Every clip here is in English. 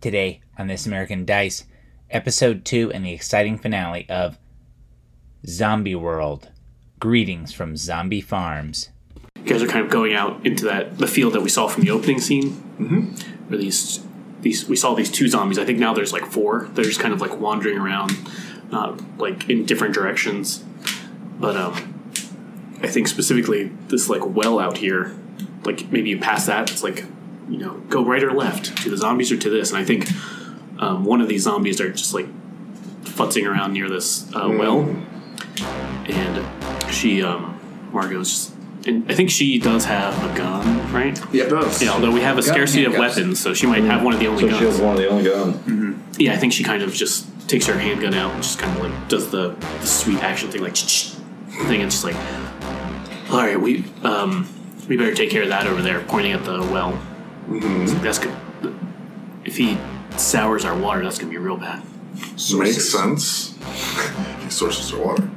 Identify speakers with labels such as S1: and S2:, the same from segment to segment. S1: today on This American Dice, Episode 2 and the exciting finale of Zombie World. Greetings from Zombie Farms.
S2: You guys are kind of going out into that the field that we saw from the opening scene, where these these we saw these two zombies. I think now there's like four. They're just kind of like wandering around, not like in different directions. But um, I think specifically this like well out here, like maybe you pass that, it's like you know go right or left to the zombies or to this. And I think um, one of these zombies are just like futzing around near this uh, well and she um Margot's just and I think she does have a gun, right?
S3: Yeah, it does.
S2: Yeah, although we have a scarcity of
S3: handcuffs.
S2: weapons, so she might have one of the only
S4: So she
S2: guns.
S4: was one of the only gun.
S2: Yeah, I think she kind of just takes her handgun out and just kind of like does the, the sweet action thing, like thing. It's just like, all right, we um we better take care of that over there, pointing at the well.
S4: Mm-hmm.
S2: It's like, that's good. If he sours our water, that's gonna be real bad.
S3: Makes sense. Sources are water.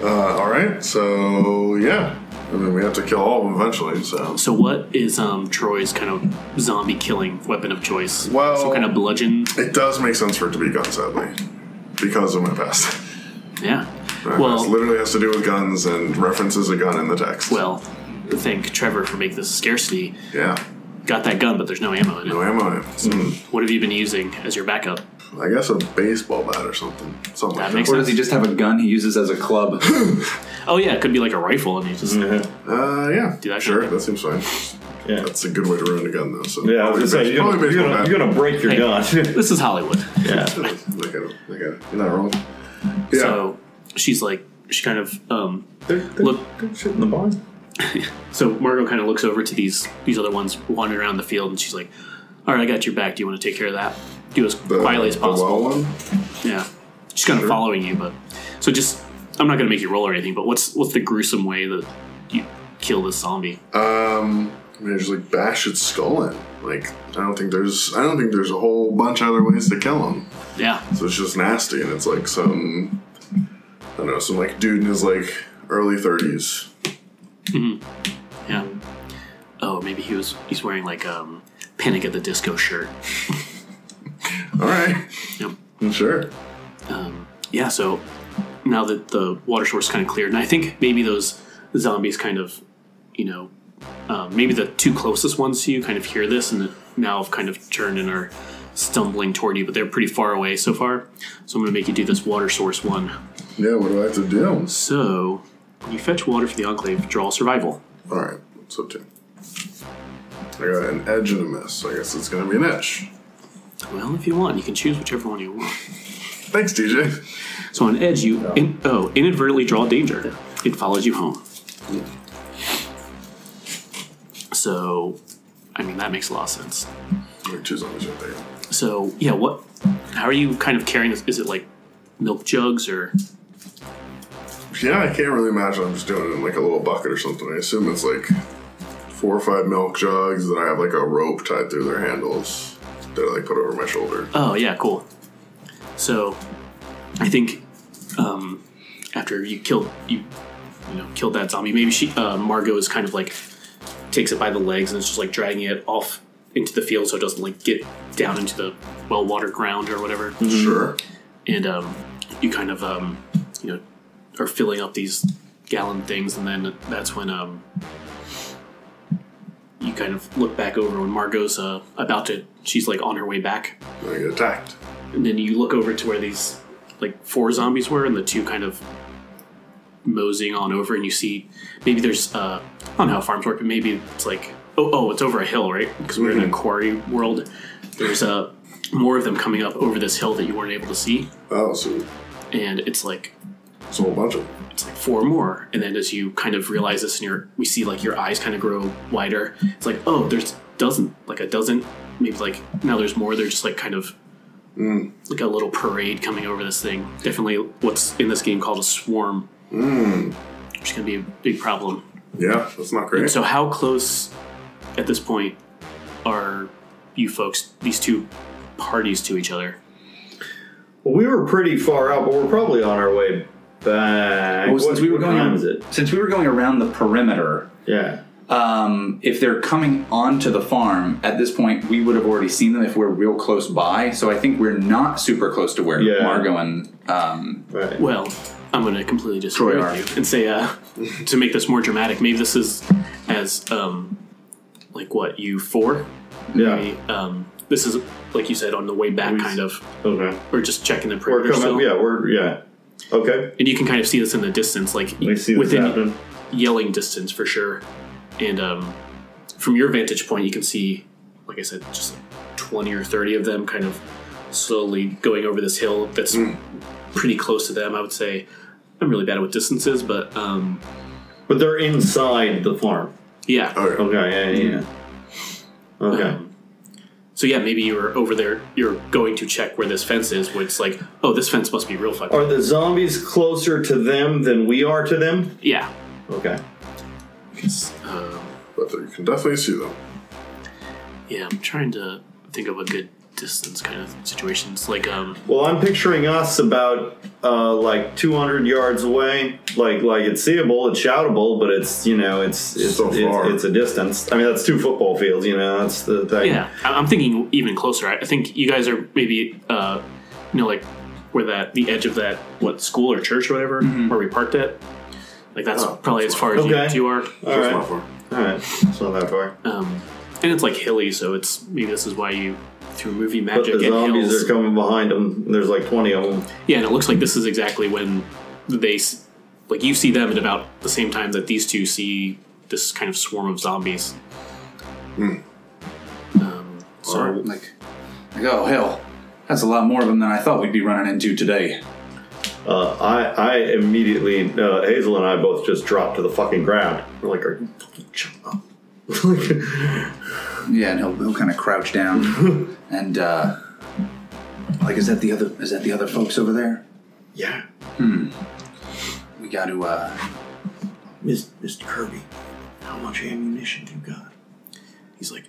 S3: Uh, all right, so yeah. I mean, we have to kill all of them eventually, so.
S2: So what is um Troy's kind of zombie killing weapon of choice?
S3: Well-
S2: some kind of bludgeon.
S3: It does make sense for it to be guns, sadly, because of my past.
S2: Yeah.
S3: My past
S2: Well,
S3: literally has to do with guns and references a gun in the text.
S2: well, thank Trevor for making this a scarcity.
S3: yeah,
S2: Got that gun, but there's no ammo in it.
S3: no ammo. Hmm.
S2: What have you been using as your backup?
S3: I guess a baseball bat or something. Something
S2: That
S3: like
S2: makes
S4: Or does he
S2: sense.
S4: just have a gun he uses as a club?
S2: Oh yeah, it could be like a rifle, and you just
S3: Uh, yeah.
S2: Do that
S3: sure,
S2: kind
S3: that seems fine.
S5: Yeah.
S3: That's a good way to ruin a gun, though. So
S5: Yeah, I was gonna
S3: Probably
S5: say, you're gonna, you're
S3: baseball
S5: gonna,
S3: bat.
S5: you're gonna break your
S2: Hey.
S5: gun.
S2: this is Hollywood.
S5: yeah.
S3: Look at him. Look at him. You're not wrong. Yeah.
S2: So she's like, she kind of um,
S5: They're, they're,
S2: Look-
S5: they're shit in the barn.
S2: so Margot kind of looks over to these these other ones wandering around the field, and she's like, "All right, I got your back. Do you want to take care of that? Do as
S3: the,
S2: quietly as
S3: the
S2: possible."
S3: well one.
S2: Yeah, she's kind of
S3: Sure.
S2: following you, but so just I'm not gonna make you roll or anything. But what's what's the gruesome way that you kill this zombie?
S3: Um, I mean, I just like bash its skull in. Like, I don't think there's, I don't think there's a whole bunch of other ways to kill him.
S2: Yeah,
S3: So it's just nasty, and it's like some, I don't know, some like dude in his like early 30s.
S2: yeah. Oh, maybe he was he's wearing like um Panic at the Disco shirt.
S3: All right,
S2: Yep.
S3: sure.
S2: um, yeah, so now that the water source kind of cleared, and I think maybe those zombies kind of, you know, um, maybe the two closest ones to you kind of hear this and now have kind of turned and are stumbling toward you, but they're pretty far away so far. So I'm going to make you do this water source one.
S3: Yeah, what do I have to do? All
S2: So when you fetch water for the enclave, draw survival.
S3: right, so two. I got an edge and a miss. I guess it's gonna be an edge.
S2: Well, if you want, you can choose whichever one you want.
S3: Thanks, DJ.
S2: So on edge, you in, oh inadvertently draw danger. It follows you home. So, I mean that makes a lot of sense.
S3: Like two zombies right there.
S2: So yeah, what? How are you kind of carrying this? Is it like milk jugs or?
S3: Yeah, I can't really imagine. I'm just doing it in like a little bucket or something. I assume it's like four or five milk jugs that I have like a rope tied through their handles that I like put over my shoulder.
S2: Oh yeah, cool. So, I think um, after you killed you, you know, killed that zombie. Maybe she uh, Margot is kind of like takes it by the legs and is just like dragging it off into the field so it doesn't like get down into the well water ground or whatever.
S3: Sure.
S2: and um, you kind of um, you know are filling up these gallon things, and then that's when um, you kind of look back over when Margot's uh, about to, she's like on her way back,
S3: I get attacked.
S2: and then you look over to where these like four zombies were, and the two kind of moseying on over, and you see maybe there's uh, I don't know how farms work, but maybe it's like oh oh it's over a hill, right? Because we're in a quarry world. There's uh, more of them coming up over this hill that you weren't able to see,
S3: Oh, so
S2: and it's like
S3: it's a whole bunch of them.
S2: it's like four more and then as you kind of realize this and your we see like your eyes kind of grow wider it's like oh there's dozen like a dozen maybe like now there's more they're just like kind of like a little parade coming over this thing definitely what's in this game called a swarm which is going to be a big problem
S3: Yeah, that's not great.
S2: so how close at this point are you folks these two parties to each other
S5: Well, we were pretty far out, but we're probably on our way back.
S4: Well, since we were
S5: what time
S4: going
S5: is it?
S4: since we were going around the perimeter,
S5: Yeah.
S4: Um, if they're coming onto the farm at this point, we would have already seen them if we're real close by. So I think we're not super close to where
S5: Yeah.
S4: Margot and um,
S5: Right.
S2: Well, I'm going to completely disagree
S4: Troy
S2: with
S4: R.
S2: you and say uh, to make this more dramatic. Maybe this is as um, like what you four.
S5: yeah.
S2: Maybe, um, this is like you said on the way back,
S5: We-
S2: kind of.
S5: Okay.
S2: We're just checking the
S5: We're
S2: perimeter
S5: coming.
S2: still,
S5: Yeah. We're yeah. Okay.
S2: and you can kind of see this in the distance, like
S5: We see this
S2: within
S5: happen.
S2: yelling distance for sure. And um, from your vantage point, you can see, like I said, just like 20 or 30 of them kind of slowly going over this hill that's pretty close to them, I would say. I'm really bad with distances, but um,
S5: But they're inside the farm.
S2: yeah.
S3: Okay.
S5: Okay. Yeah. Yeah. yeah. Okay.
S2: Um, so yeah, maybe you were over there. You're going to check where this fence is. Where it's like, oh, this fence must be real fucking.
S5: Are the zombies closer to them than we are to them?
S2: yeah.
S5: Okay.
S2: Um,
S3: But you can definitely see them.
S2: yeah, I'm trying to think of a good distance kind of situation. It's like, um,
S5: Well, I'm picturing us about uh, like 200 yards away. Like, like it's seeable, it's shoutable, but it's you know, it's it's
S3: So
S5: it's,
S3: far.
S5: it's a distance. I mean, that's two football fields. You know, that's the thing.
S2: Yeah, I- I'm thinking even closer. I I think you guys are maybe, uh, you know, like where that the edge of that what school or church or whatever
S5: Mm-hmm.
S2: where we parked at. Like that's
S3: Oh,
S2: probably as far as you,
S5: okay. Uh,
S2: as you are,
S5: All
S3: That's
S5: right.
S3: not far.
S5: All right. It's not that far.
S2: um, and it's like hilly, so it's maybe this is why you through movie
S5: But
S2: magic
S5: the
S2: and
S5: zombies
S2: hills.
S5: are coming behind them. There's like 20 of them.
S2: yeah, and it looks like this is exactly when they s- like you see them at about the same time that these two see this kind of swarm of zombies.
S5: Hmm.
S2: Um, so
S3: Alright.
S4: like, like, oh hell, that's a lot more of them than I thought we'd be running into today.
S5: Uh, I, I immediately, uh, Hazel and I both just dropped to the fucking ground. We're like, are you fucking shut up?
S4: Yeah, and he'll, he'll kind of crouch down and uh, like, is that the other? Is that the other folks over there?
S5: yeah.
S4: We got to. Uh,
S5: Miss, Mr. Kirby, how much ammunition you got?
S2: he's like,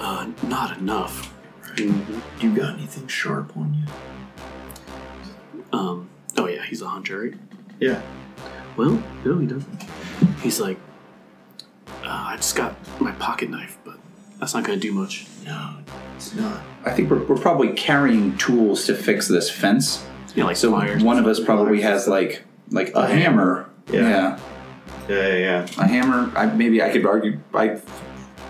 S2: uh, not enough.
S5: Mm-hmm. You got anything sharp on you?
S2: Um, oh yeah, he's a hunter, right?
S5: Yeah.
S2: Well, no, he doesn't. He's like, uh, I just got my pocket knife, but that's not gonna do much.
S5: No, it's not.
S4: I think we're, we're probably carrying tools to fix this fence.
S2: Yeah, like
S4: So
S2: pliers.
S4: one of us probably has like like a hammer.
S5: Yeah.
S4: yeah.
S5: Yeah, yeah, yeah.
S4: a hammer. I, maybe I could argue. I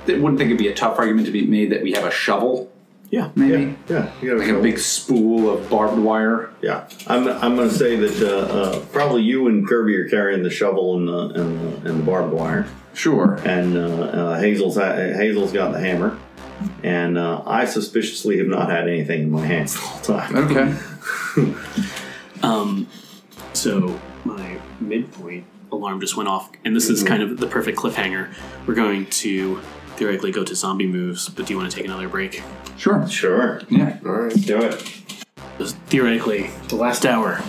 S4: it wouldn't think it'd be a tough argument to be made that we have a shovel,
S2: Yeah.
S4: maybe
S5: Yeah, you gotta
S4: like a
S5: go.
S4: big spool of barbed wire.
S5: Yeah, I'm, I'm going to say that uh, uh, probably you and Kirby are carrying the shovel and the, and the, and the barbed wire.
S4: Sure.
S5: and uh, uh, Hazel's ha- Hazel's got the hammer, and uh, I suspiciously have not had anything in my hands the whole time.
S4: Okay.
S2: Um, so my midpoint alarm just went off, and this is kind of the perfect cliffhanger. We're going to theoretically go to zombie moves, but do you want to take another break?
S4: Sure.
S5: Sure,
S4: Yeah.
S3: All right.
S5: do it.
S2: Because theoretically, the last hour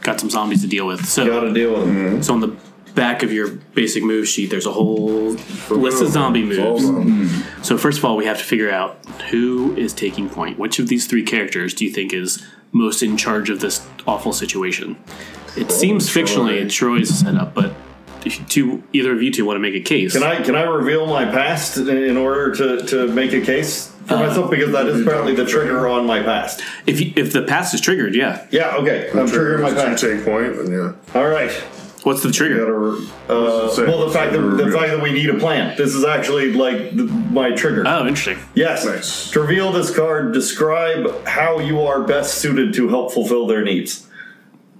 S2: got some zombies to deal with. So
S5: Got to deal with them.
S2: So on the back of your basic move sheet, there's a whole list of zombie
S3: It's all
S2: moves.
S3: zombies.
S2: So first of all, we have to figure out who is taking point. Which of these three characters do you think is most in charge of this awful situation? It
S5: Oh,
S2: seems fictionally
S3: Troy.
S2: Troy's setup, but if you two, either of you two want to make a case,
S5: Can I can I reveal my past in- in order to, to make a case for myself because that is apparently the trigger on my past.
S2: if you, if the past is triggered, yeah.
S5: Yeah, okay, I'm triggering my
S3: If
S5: past.
S3: you take point, then yeah.
S5: All right.
S2: What's the trigger?
S5: Gotta, uh,
S3: Say-
S5: well, the fact that the fact that we need a plan. This is actually like the, my trigger.
S2: Oh, interesting.
S5: Yes.
S3: Nice.
S5: To reveal this card, describe how you are best suited to help fulfill their needs.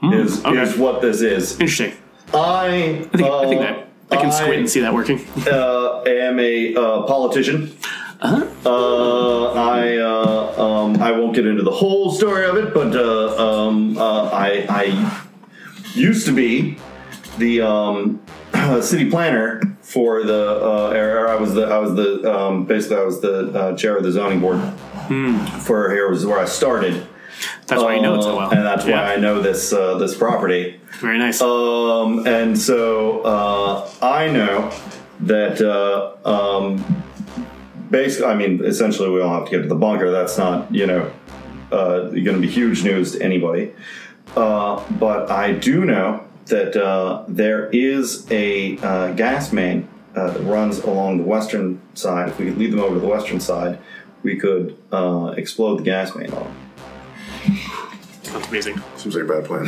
S5: is,
S2: Hmm, okay.
S5: is what this is.
S2: Interesting.
S5: I,
S2: I think, I think
S5: uh,
S2: that I can squint and see that working.
S5: uh, am a uh, politician.
S2: Uh-huh.
S5: Uh, I uh, um, I won't get into the whole story of it, but uh, um, uh, I I used to be the um, city planner for the uh, or, or I was the I was the um, basically I was the uh, chair of the zoning board for here was where I started. Um,
S2: That's why you Hmm. know it so well.
S5: and that's why
S2: Yeah.
S5: I know this uh, this property.
S2: Very nice.
S5: Um, and so uh, I know that uh, um, basically, I mean, essentially, we all have to get to the bunker. That's not, you know, uh, going to be huge news to anybody. Uh, but I do know that uh, there is a uh, gas main uh, that runs along the western side. If we could lead them over to the western side, we could uh, explode the gas main on them.
S2: That's amazing.
S3: Seems like a bad plan.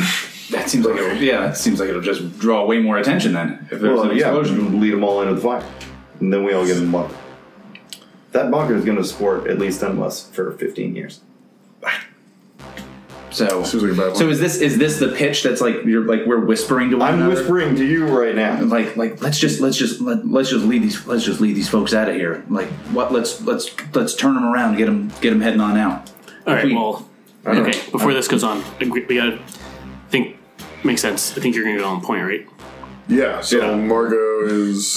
S4: That seems like it'll, yeah, that seems like it'll just draw way more attention then. If there's
S5: Well,
S4: an
S5: yeah,
S4: explosion.
S5: we lead them all into the fire, and then we all get in the bunker. That bunker is going to support at least ten of us for fifteen years.
S4: So,
S3: Seems like a bad one.
S4: so is this is this the pitch that's like you're like we're whispering to one
S5: I'm
S4: another?
S5: whispering to you right now.
S4: Like like let's just let's just let, let's just lead these let's just lead these folks out of here. Like what? Let's let's let's turn them around. Get them get them heading on out.
S2: All right.
S4: we-
S2: Well, okay. Before this goes on, I agree- we gotta think. Makes sense. I think you're gonna go on point, right?
S3: Yeah, so
S2: Yeah.
S3: Margot is.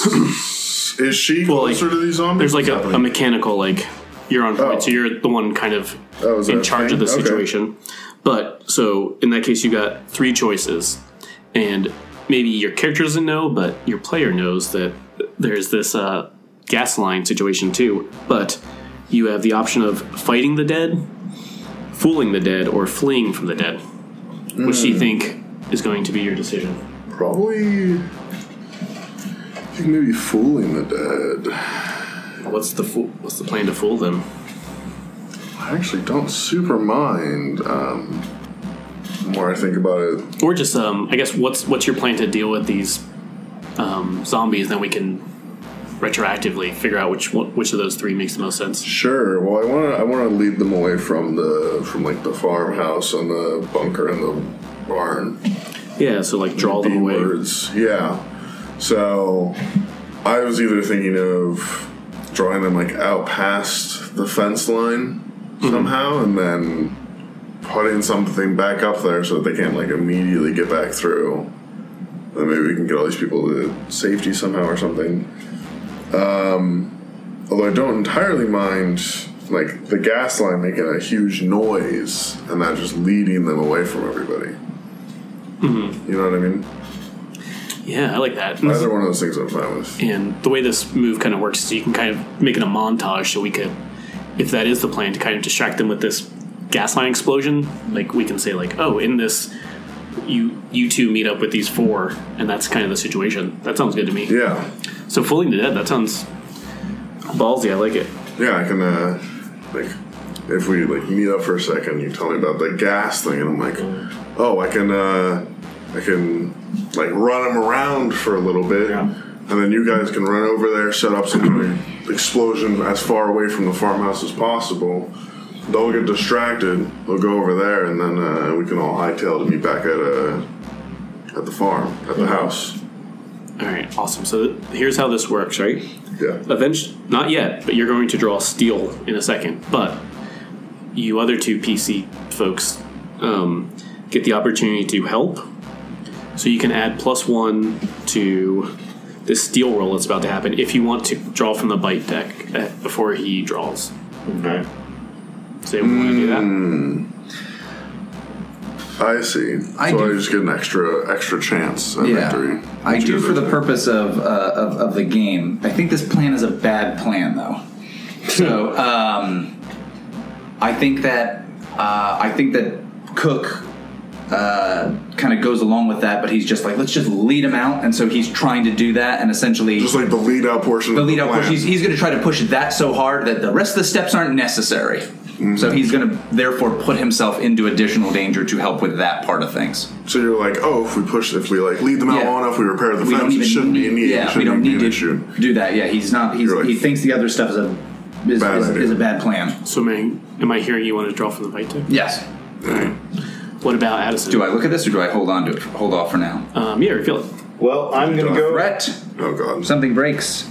S3: is she
S2: Well, like,
S3: closer to these zombies?
S2: There's like a, a mechanical like you're on point,
S3: Oh.
S2: so you're the one kind of
S3: Oh, is that
S2: in
S3: a
S2: charge of
S3: thing?
S2: the
S3: Okay.
S2: situation. But so in that case, you got three choices, and maybe your character doesn't know, but your player knows that there's this uh, gas line situation too. But you have the option of fighting the dead, fooling the dead, or fleeing from the dead, which do you
S3: Hmm.
S2: think is going to be your decision?
S3: Probably. I think maybe fooling the dead.
S2: What's the fool? What's the plan to fool them?
S3: I actually don't super mind. Um, the more I think about it,
S2: or just um, I guess what's what's your plan to deal with these um, zombies? Then we can retroactively figure out which one, which of those three makes the most sense.
S3: Sure. Well, I want to. I want to lead them away from the from like the farmhouse and the bunker and the barn.
S2: Yeah, so like draw them away.
S3: Words. Yeah. So I was either thinking of drawing them like out past the fence line somehow, and then putting something back up there so that they can't like immediately get back through. Then maybe we can get all these people to safety somehow or something. Um, although I don't entirely mind like the gas line making a huge noise and that just leading them away from everybody. You know what I mean?
S2: Yeah, I like that.
S3: Either one of those things I'm fine with.
S2: And the way this move kind of works is you can kind of make it a montage, so we could, if that is the plan, to kind of distract them with this gas line explosion. Like we can say like, oh, in this. You you two meet up with these four, and that's kind of the situation. That sounds good to me.
S3: Yeah,
S2: So fooling the dead, that sounds ballsy. I like it.
S3: yeah, I can. Uh, like, if we like meet up for a second, you tell me about the gas thing, and I'm like, oh, I can, uh, I can like run them around for a little bit,
S2: Yeah.
S3: and then you guys can run over there, set up some kind of explosion as far away from the farmhouse as possible. They'll get distracted. They'll go over there, and then uh, we can all hightail to meet back at uh, at the farm, at the house.
S2: All right, awesome. So th- here's how this works, right?
S3: Yeah.
S2: Eventually, not yet, but you're going to draw steel in a second. But you other two PC folks um, get the opportunity to help. So you can add plus one to this steel roll that's about to happen if you want to draw from the bite deck uh, before he draws.
S5: Okay.
S2: So we want to do
S4: Hmm.
S2: that.
S3: I see.
S4: I
S3: so
S4: do-
S3: I just get an extra extra chance at victory.
S4: I
S3: Which
S4: do
S3: is
S4: for the
S3: okay.
S4: purpose of, uh, of of the game. I think this plan is a bad plan, though. So um, I think that uh, I think that Cook uh, kind of goes along with that, but he's just like, let's just lead him out, and so he's trying to do that, and essentially
S3: Just like the lead out portion.
S4: the
S3: of
S4: lead
S3: the
S4: up push.
S3: plan.
S4: He's, he's going to try to push that so hard that the rest of the steps aren't necessary.
S3: Mm-hmm.
S4: So he's going to therefore put himself into additional danger to help with that part of things.
S3: So you're like, oh, if we push, if we like lead them out
S4: Yeah.
S3: long enough, we repair the
S4: we don't
S3: fence. It
S4: even
S3: shouldn't be
S4: need,
S3: an need.
S4: yeah,
S3: it
S4: we
S3: shouldn't
S4: don't
S3: be
S4: need to
S3: an issue.
S4: do that. Yeah, he's not. He's,
S3: You're right.
S4: He thinks the other stuff is a is,
S3: Bad
S4: is,
S3: idea.
S4: is a bad plan.
S2: So, man, am I hearing you want to draw from the bite deck?
S4: Yes.
S2: What about Addison?
S4: Do I look at this or do I hold on to it? Hold off for now.
S2: Um, yeah, reveal it.
S5: Well, I'm going to go.
S4: Threat.
S3: Oh god.
S4: Something breaks.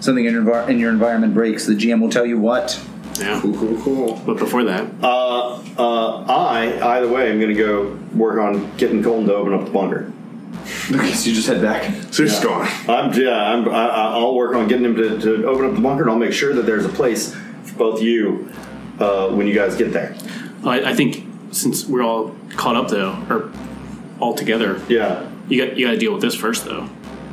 S4: Something in your, envir- in your environment breaks. The GM will tell you what.
S2: Yeah.
S3: cool, cool, cool.
S2: But before that,
S5: Uh, uh, I either way, I'm going to go work on getting Colton to open up the bunker.
S4: Okay, so you just head back.
S3: So he's gone.
S5: I'm yeah. I'm, I, I- I'll work on getting him to, to open up the bunker, and I'll make sure that there's a place for both you uh, when you guys get there.
S2: I, I think since we're all caught up though, or all together,
S5: Yeah.
S2: you got you got to deal with this first though.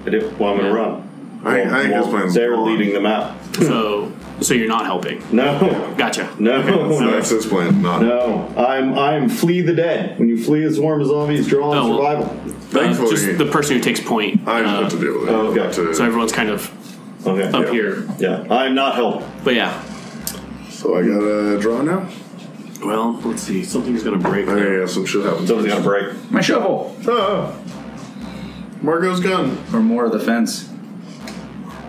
S5: I do. Well, I'm going
S2: Yeah.
S5: to run.
S3: I, think- I think his
S5: Well,
S3: plan's
S5: They're
S3: gone.
S5: leading them out.
S2: So so you're not helping.
S5: No.
S2: Gotcha.
S3: So
S5: No.
S3: that's his plan. Not
S5: No. I'm I'm flee the dead. When you flee a swarm of zombies, draw on
S2: Oh, well.
S5: survival.
S2: Uh,
S3: Thankfully-
S2: just the person who takes point.
S3: I just
S2: uh,
S3: have to deal with it.
S5: okay.
S3: Have to-
S2: so everyone's kind of
S5: Okay.
S2: up
S5: yeah.
S2: here.
S5: Yeah. I'm not helping.
S2: But yeah.
S3: So I gotta draw now?
S2: Well, um, let's see. Something's gonna break.
S3: I gotta have some shit happen.
S5: Something's gonna break.
S4: My shovel.
S3: Oh. Margot's gun.
S4: Or more of the fence.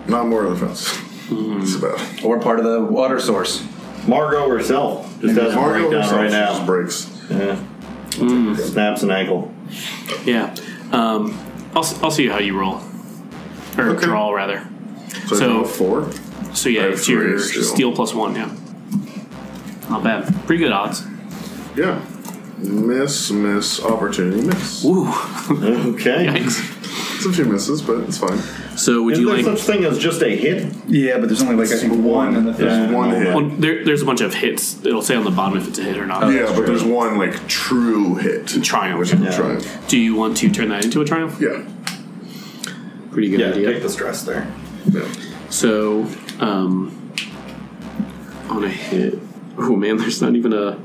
S3: Not more of the fence. It's about.
S4: Or part of the water source.
S5: Margot herself just has a
S3: Margot
S5: breakdown
S3: herself
S5: right
S3: just
S5: now.
S3: breaks.
S5: Yeah.
S2: Mm.
S5: Snaps an ankle.
S2: Yeah. Um, I'll, s- I'll see how you roll. Or
S3: Okay.
S2: draw, rather. So-
S3: So, I draw four.
S2: So yeah,
S3: I have
S2: it's your
S3: three still.
S2: steel plus one, yeah. Not bad. Pretty good odds.
S3: Yeah. Miss, miss, opportunity, miss.
S2: Ooh.
S5: Okay.
S2: Yikes.
S3: It's a few misses, but it's fine.
S2: So would
S5: Is
S2: you
S5: there
S2: like
S5: such thing as just a hit?
S4: Yeah, but there's only like I think one in the
S5: Yeah.
S4: fence.
S3: One hit.
S2: well, there, there's a bunch of hits. It'll say on the bottom if it's a hit or not.
S3: yeah, but there's one like true hit.
S2: Triumph.
S3: Which is
S5: Yeah.
S3: triumph.
S2: Do you want to turn that into a triumph?
S3: Yeah.
S2: Pretty good idea.
S5: the stress there.
S3: yeah.
S2: So, um, on a hit. Oh man, there's not even a.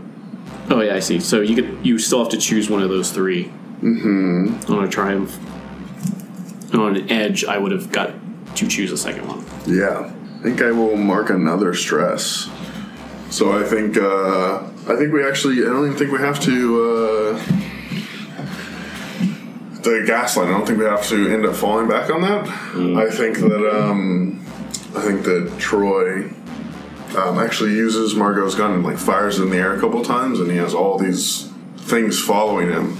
S2: Oh yeah, I see. So you could you still have to choose one of those 3 Mm-hmm. On a triumph. And on an edge, I would have got to choose a second one.
S3: Yeah, I think I will mark another stress. So I think uh, I think we actually I don't even think we have to uh, the gaslight. I don't think we have to end up falling back on that. I think that um, I think that Troy um, actually uses Margot's gun and like fires it in the air a couple times, and he has all these things following him.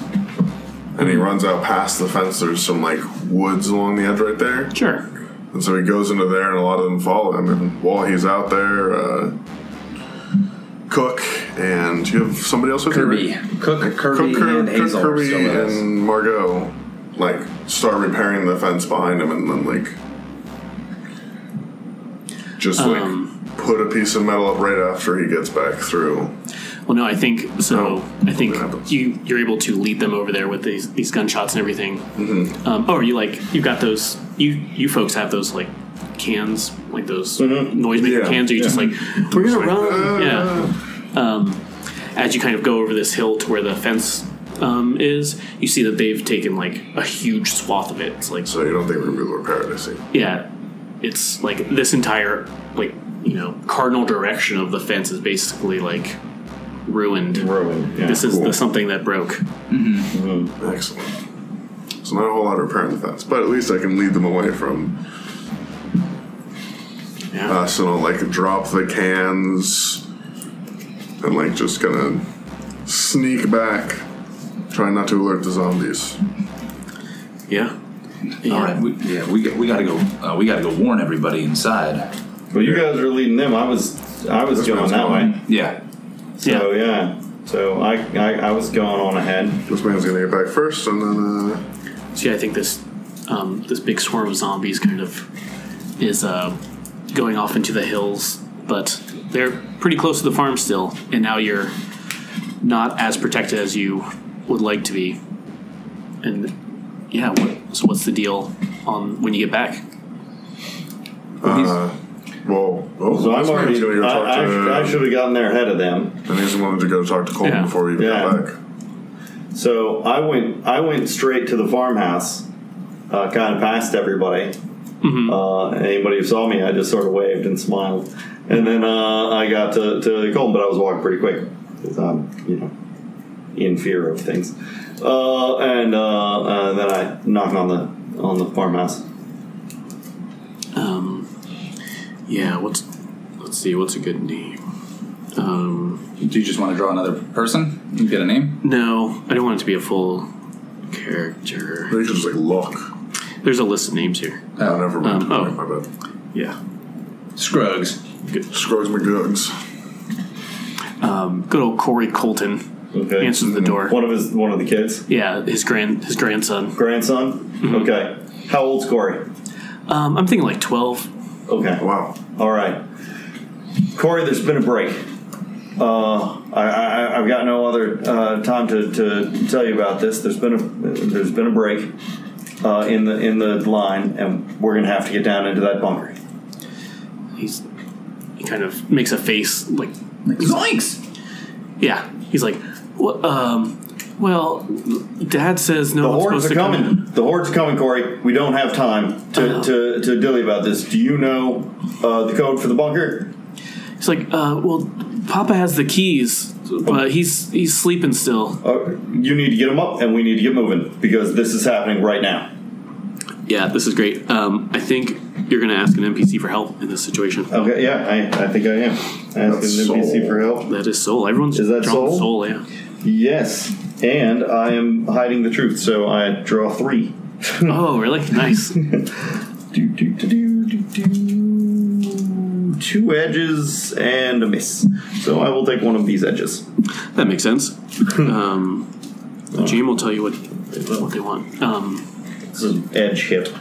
S3: And he runs out past the fence. There's some like woods along the edge right there.
S2: Sure.
S3: And so he goes into there, and a lot of them follow him. And while he's out there, uh, Cook and you have somebody else with you.
S4: Kirby.
S3: right?
S4: Cook, Kirby,
S3: Cook, Kirby,
S4: and Hazel. are
S3: Kirby
S4: still with us.
S3: and Margot like start repairing the fence behind him, and then like just like
S4: Um,
S3: put a piece of metal up right after he gets back through.
S2: Well, no, I think so.
S3: Oh,
S2: I think
S3: that happens.
S2: you you're able to lead them over there with these these gunshots and everything. Mm-hmm. Um, oh, are you like you've got those you you folks have those like cans like those noisemaker
S3: Mm-hmm. Yeah, "Ah."
S2: cans. Are you just like we're gonna run? yeah. Um, as you kind of go over this hill to where the fence um, is, you see that they've taken like a huge swath of it. It's like
S3: So you don't think we're gonna be able to repair it? I see.
S2: yeah, it's like this entire like you know cardinal direction of the fence is basically like ruined.
S5: Ruined. Yeah.
S2: This is
S3: Cool.
S2: the something that broke.
S5: Mm.
S3: Excellent. So not a whole lot of repairing the fence, but at least I can lead them away from uh,
S2: Yeah.
S3: us and I'll like drop the cans and like just gonna sneak back, trying not to alert the zombies.
S2: yeah.
S6: All right, we, yeah, we got, we gotta go. Uh, we gotta go warn everybody inside.
S5: Well, you guys were leading them. I was, I was
S3: That's
S5: going
S3: what I
S5: that
S3: was
S5: way.
S6: Yeah,
S5: So yeah. So I, I, I was going on ahead.
S3: This man's gonna get back first, and then uh,
S2: See, I think this um, this big swarm of zombies kind of is uh, going off into the hills, but they're pretty close to the farm still, and now you're not as protected as you would like to be. And yeah, what, so what's the deal on when you get back?
S3: uh, well, oh,
S5: So I'm
S3: this
S5: already.
S3: man's gonna go
S5: I,
S3: talk to.
S5: I, I should have gotten there ahead of them.
S3: and he's the one to go talk to Colton
S2: Yeah.
S3: before we even
S5: Yeah.
S3: got back.
S5: So I went. I went straight to the farmhouse. Uh, kind of past everybody. Uh, anybody who saw me, I just sort of waved and smiled, and then uh, I got to, to Colton, but I was walking pretty quick because I'm, you know, in fear of things. Uh, and uh, uh, then I knocked on the on the farmhouse.
S2: Um, yeah, what's let's see, what's a good name? Um,
S4: Do you just want to draw another person? You get a name?
S2: no, I don't want it to be a full character.
S3: They should just like look.
S2: There's a list of names here.
S3: Oh, never mind.
S2: Um, oh.
S3: My bad.
S2: Yeah.
S4: Scruggs.
S3: Scruggs McGugs.
S2: Um, good old Corey Colton
S5: Okay.
S2: answers the door.
S5: One of his one of the kids,
S2: Yeah, his grand his grandson.
S5: grandson. Okay. How old's Corey?
S2: Um, I'm thinking like twelve.
S5: Okay.
S3: Wow.
S5: All right, Corey. There's been a break. Uh, I, I, I've got no other uh, time to, to tell you about this. There's been a there's been a break uh, in the in the line, and we're gonna have to get down into that bunker.
S2: He's he kind of makes a face like
S4: Zoinks!
S2: yeah. He's like, what? Um, Well, Dad says no
S5: The
S2: one's
S5: hordes
S2: supposed
S5: are
S2: to come
S5: coming.
S2: in.
S5: The hordes are coming, Corey. We don't have time to, to, to dilly about this. Do you know uh, the code for the bunker?
S2: It's like, uh, well, Papa has the keys, but he's he's sleeping still.
S5: Uh, you need to get them up, and we need to get moving because this is happening right now.
S2: Yeah, this is great. Um, I think you're going to ask an NPC for help in this situation.
S5: Okay, yeah, I, I think I am. Asking
S3: That's
S5: the NPC
S3: soul.
S5: for help.
S2: That is soul. Everyone's
S5: Is that
S2: drawn
S5: soul?
S2: yeah.
S5: Yes, and I am hiding the truth, so I draw three.
S2: Oh, really? Nice.
S5: Do, do, do, do, do, do. Two edges and a miss. So I will take one of these edges.
S2: that makes sense. Um, the GM will tell you what what they want. Um,
S5: This is an edge hit.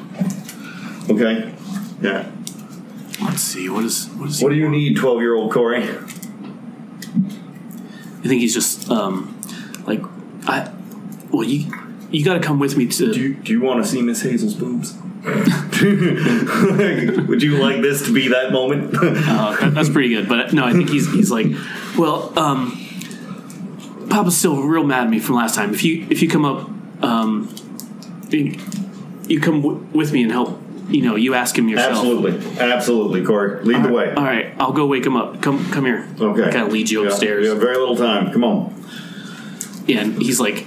S5: Okay. Yeah.
S2: let's see. What is what is? he
S5: What do you
S2: want?
S5: need, 12 year old Corey?
S2: I think he's just um, like I. Well, you you got to come with me to.
S5: Do you, do you want to see Miss Hazel's boobs? Would you like this to be that moment?
S2: Uh, that- that's pretty good. But no, I think he's he's like, well, um, Papa's still real mad at me from last time. If you if you come up, um, you, you come w- with me and help. You know, you ask him yourself.
S5: absolutely. Absolutely, Corey. Lead the way.
S2: All right, I'll go wake him up. Come come here.
S5: Okay.
S2: I gotta lead you
S5: Yeah,
S2: upstairs.
S5: We have very little time. Come on.
S2: Yeah, and he's like,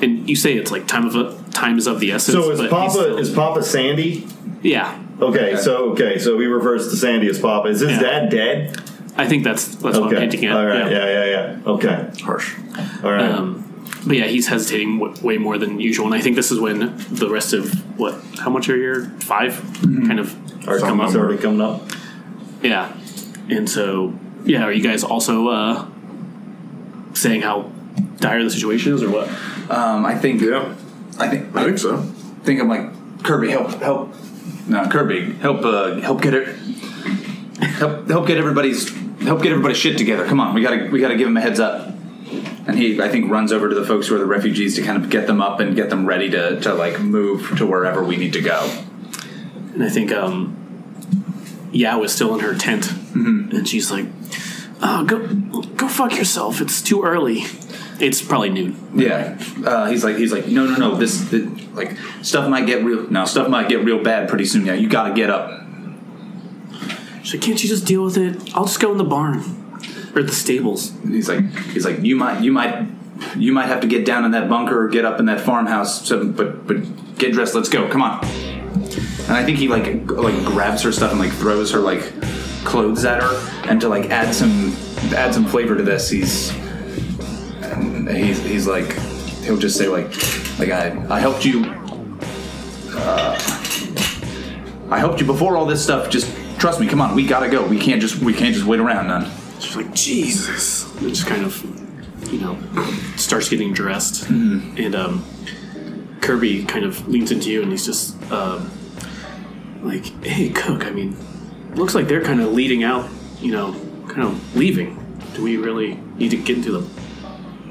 S2: and you say it's like time of a, time is of the essence.
S5: So is
S2: but he's
S5: Papa
S2: still-
S5: is Papa Sandy?
S2: yeah,
S5: Okay, so okay, so he refers to Sandy as Papa. Is his
S2: Yeah.
S5: dad dead?
S2: I think that's that's what I'm
S5: Okay.
S2: hinting at.
S5: All right. Yeah. Yeah. Yeah. Okay.
S3: Harsh.
S5: All right.
S2: Um, but yeah, he's hesitating w- way more than usual, and I think this is when the rest of what? How much are your five? Kind of
S5: Our
S3: Some
S5: comments
S3: number.
S5: already coming up.
S2: yeah, and so yeah, are you guys also uh, saying how dire the situation is, or what?
S4: Um, I think.
S3: Yeah,
S4: I think.
S3: I
S4: I
S3: think so.
S4: think I'm like Kirby. Help! Help! No, Kirby. Help! Uh, help get it. Help! Help get everybody's. Help get everybody's shit together. Come on, we gotta we gotta give him a heads up. And he, I think, runs over to the folks who are the refugees to kind of get them up and get them ready to to like move to wherever we need to go.
S2: And I think um, Yao is still in her tent, and she's like, oh, "Go, go fuck yourself. It's too early. It's probably noon."
S4: Yeah, uh, he's like he's like no no no this, th like stuff might get real no stuff might get real bad pretty soon. Yeah, you got to get up.
S2: She's like, "Can't you just deal with it? I'll just go in the barn or the stables."
S4: And he's like he's like you might you might you might have to get down in that bunker or get up in that farmhouse. So, but but get dressed. Let's go. Come on. And I think he like g- like grabs her stuff and like throws her like clothes at her. And to like add some add some flavor to this, he's he's he's like he'll just say like like I I helped you uh, I helped you before all this stuff. Just trust me. Come on, we gotta go. We can't just we can't just wait around. None.
S2: She's like, "Jesus!" And just kind of, you know, starts getting dressed, and um, Kirby kind of leans into you, and he's just um, like, "Hey, Cook. I mean, looks like they're kind of leading out. You know, kind of leaving. Do we really need to get into them?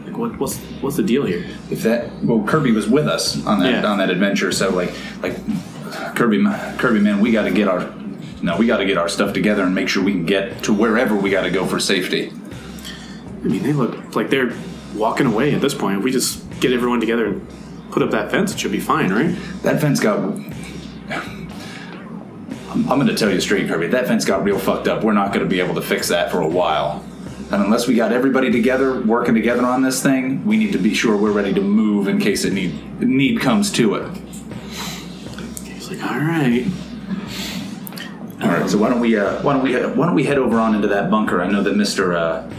S2: Like, what, what's what's the deal here?
S4: If that well, Kirby was with us on that
S2: Yeah.
S4: on that adventure. So like like Kirby ma- Kirby man, we gotta get our no, we gotta get our stuff together and make sure we can get to wherever we gotta go for safety.
S2: I mean, they look like they're walking away at this point. If we just get everyone together and put up that fence, it should be fine, right?
S4: That fence got. I'm, I'm going to tell you straight, Kirby. That fence got real fucked up. We're not going to be able to fix that for a while. And unless we got everybody together, working together on this thing, we need to be sure we're ready to move in case it need need comes to it.
S2: He's like, "All right."
S4: All right. So why don't we uh, why don't we why don't we head over on into that bunker? I know that Mister uh,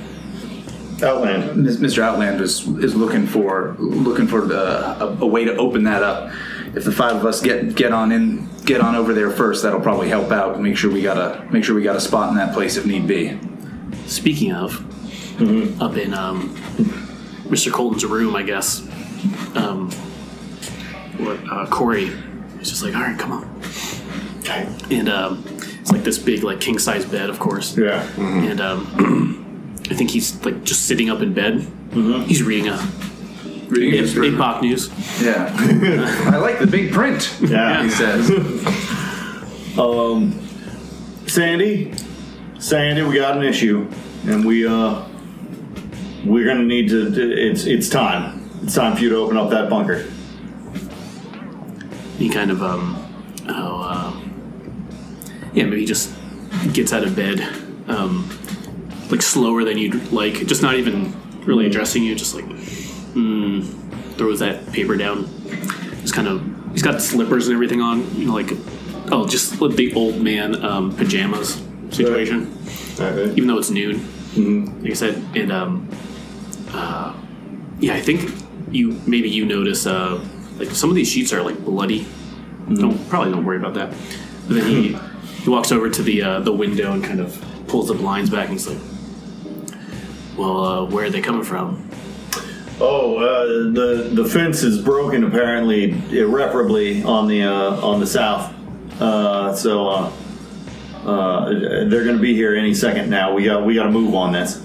S5: Outland.
S4: Mis- Mr. Outland is is looking for looking for the, a, a way to open that up. If the five of us get get on in get on over there first, that'll probably help out. Make sure we got a make sure we got a spot in that place if need be.
S2: Speaking of, up in um, Mr. Colton's room, I guess. Um, what uh, Corey? He's just like, all right, come on. And um, it's like this big, like king size bed, of course.
S5: Yeah.
S2: And um, I think he's like just sitting up in bed. He's reading a
S4: Reading
S2: Ip- Ipoc news.
S4: Yeah, I like the big print.
S5: Yeah.
S4: He says,
S5: Sandy, Sandy, we got an issue, and we uh, we're gonna need to. It's it's time. It's time for you to open up that bunker.
S2: He kind of, um, oh, uh, yeah, maybe he just gets out of bed, um, like slower than you'd like, just not even really addressing you, just like, mm, throws that paper down. Just kind of, he's got slippers and everything on, you know, like, oh, just like the old man um, pajamas situation even though it's noon.
S5: Mm-hmm.
S2: Like I said, and um, uh, yeah, I think you maybe you notice uh, like some of these sheets are like bloody.
S5: Mm-hmm.
S2: Don't probably don't worry about that. But then he he walks over to the uh, the window and kind of pulls the blinds back and he's like, "Well, uh, where are they coming from?"
S5: Oh, uh, the the fence is broken apparently irreparably on the uh, on the south. Uh, so uh, uh, they're going to be here any second now. We got we got to move on this.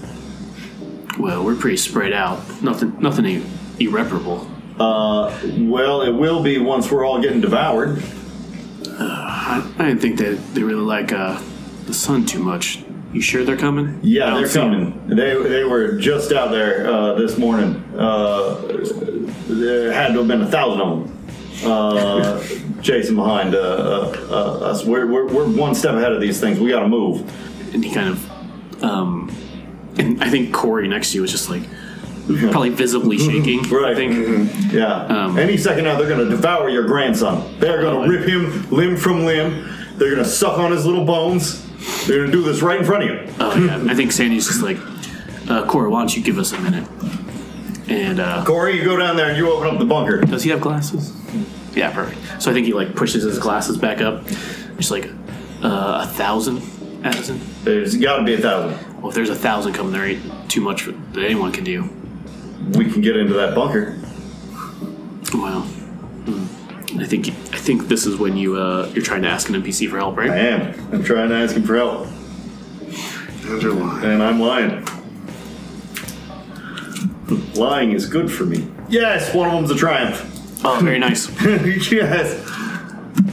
S2: Well, we're pretty spread out. Nothing, nothing ir- irreparable.
S5: Uh, well, it will be once we're all getting devoured.
S2: I, I didn't think that they really like uh, the sun too much. You sure they're coming? I
S5: Yeah,
S2: don't
S5: they're
S2: see 'em.
S5: coming. They they were just out there uh, this morning. Uh, there had to have been a thousand of them uh, chasing behind uh, uh, uh, us. We're, we're, we're one step ahead of these things. We got to move.
S2: and he kind of um and I think Corey next to you was just like probably visibly shaking. I
S5: Right.
S2: think
S5: Mm-hmm. Yeah.
S2: Um,
S5: Any second now, they're going to devour your grandson. They're going to rip him limb from limb. They're going to suck on his little bones. They're going to do this right in front of you.
S2: oh yeah. I think Sandy's just like, uh, Corey, why don't you give us a minute? And uh
S5: Corey, you go down there and you open up the bunker.
S2: does he have glasses? Yeah, perfect. So I think he like pushes his glasses back up. Just like uh, a thousand, Addison.
S5: There's got to be a thousand.
S2: Well, if there's a thousand coming, there ain't too much that anyone can do.
S5: We can get into that bunker.
S2: Wow. Hmm. I think I think this is when you uh, you're trying to ask an NPC for help, right?
S5: I am. I'm trying to ask him for help,
S3: And you're lying.
S5: and I'm lying. lying is good for me. Yes, one of them's a triumph.
S2: Oh, very nice.
S5: yes.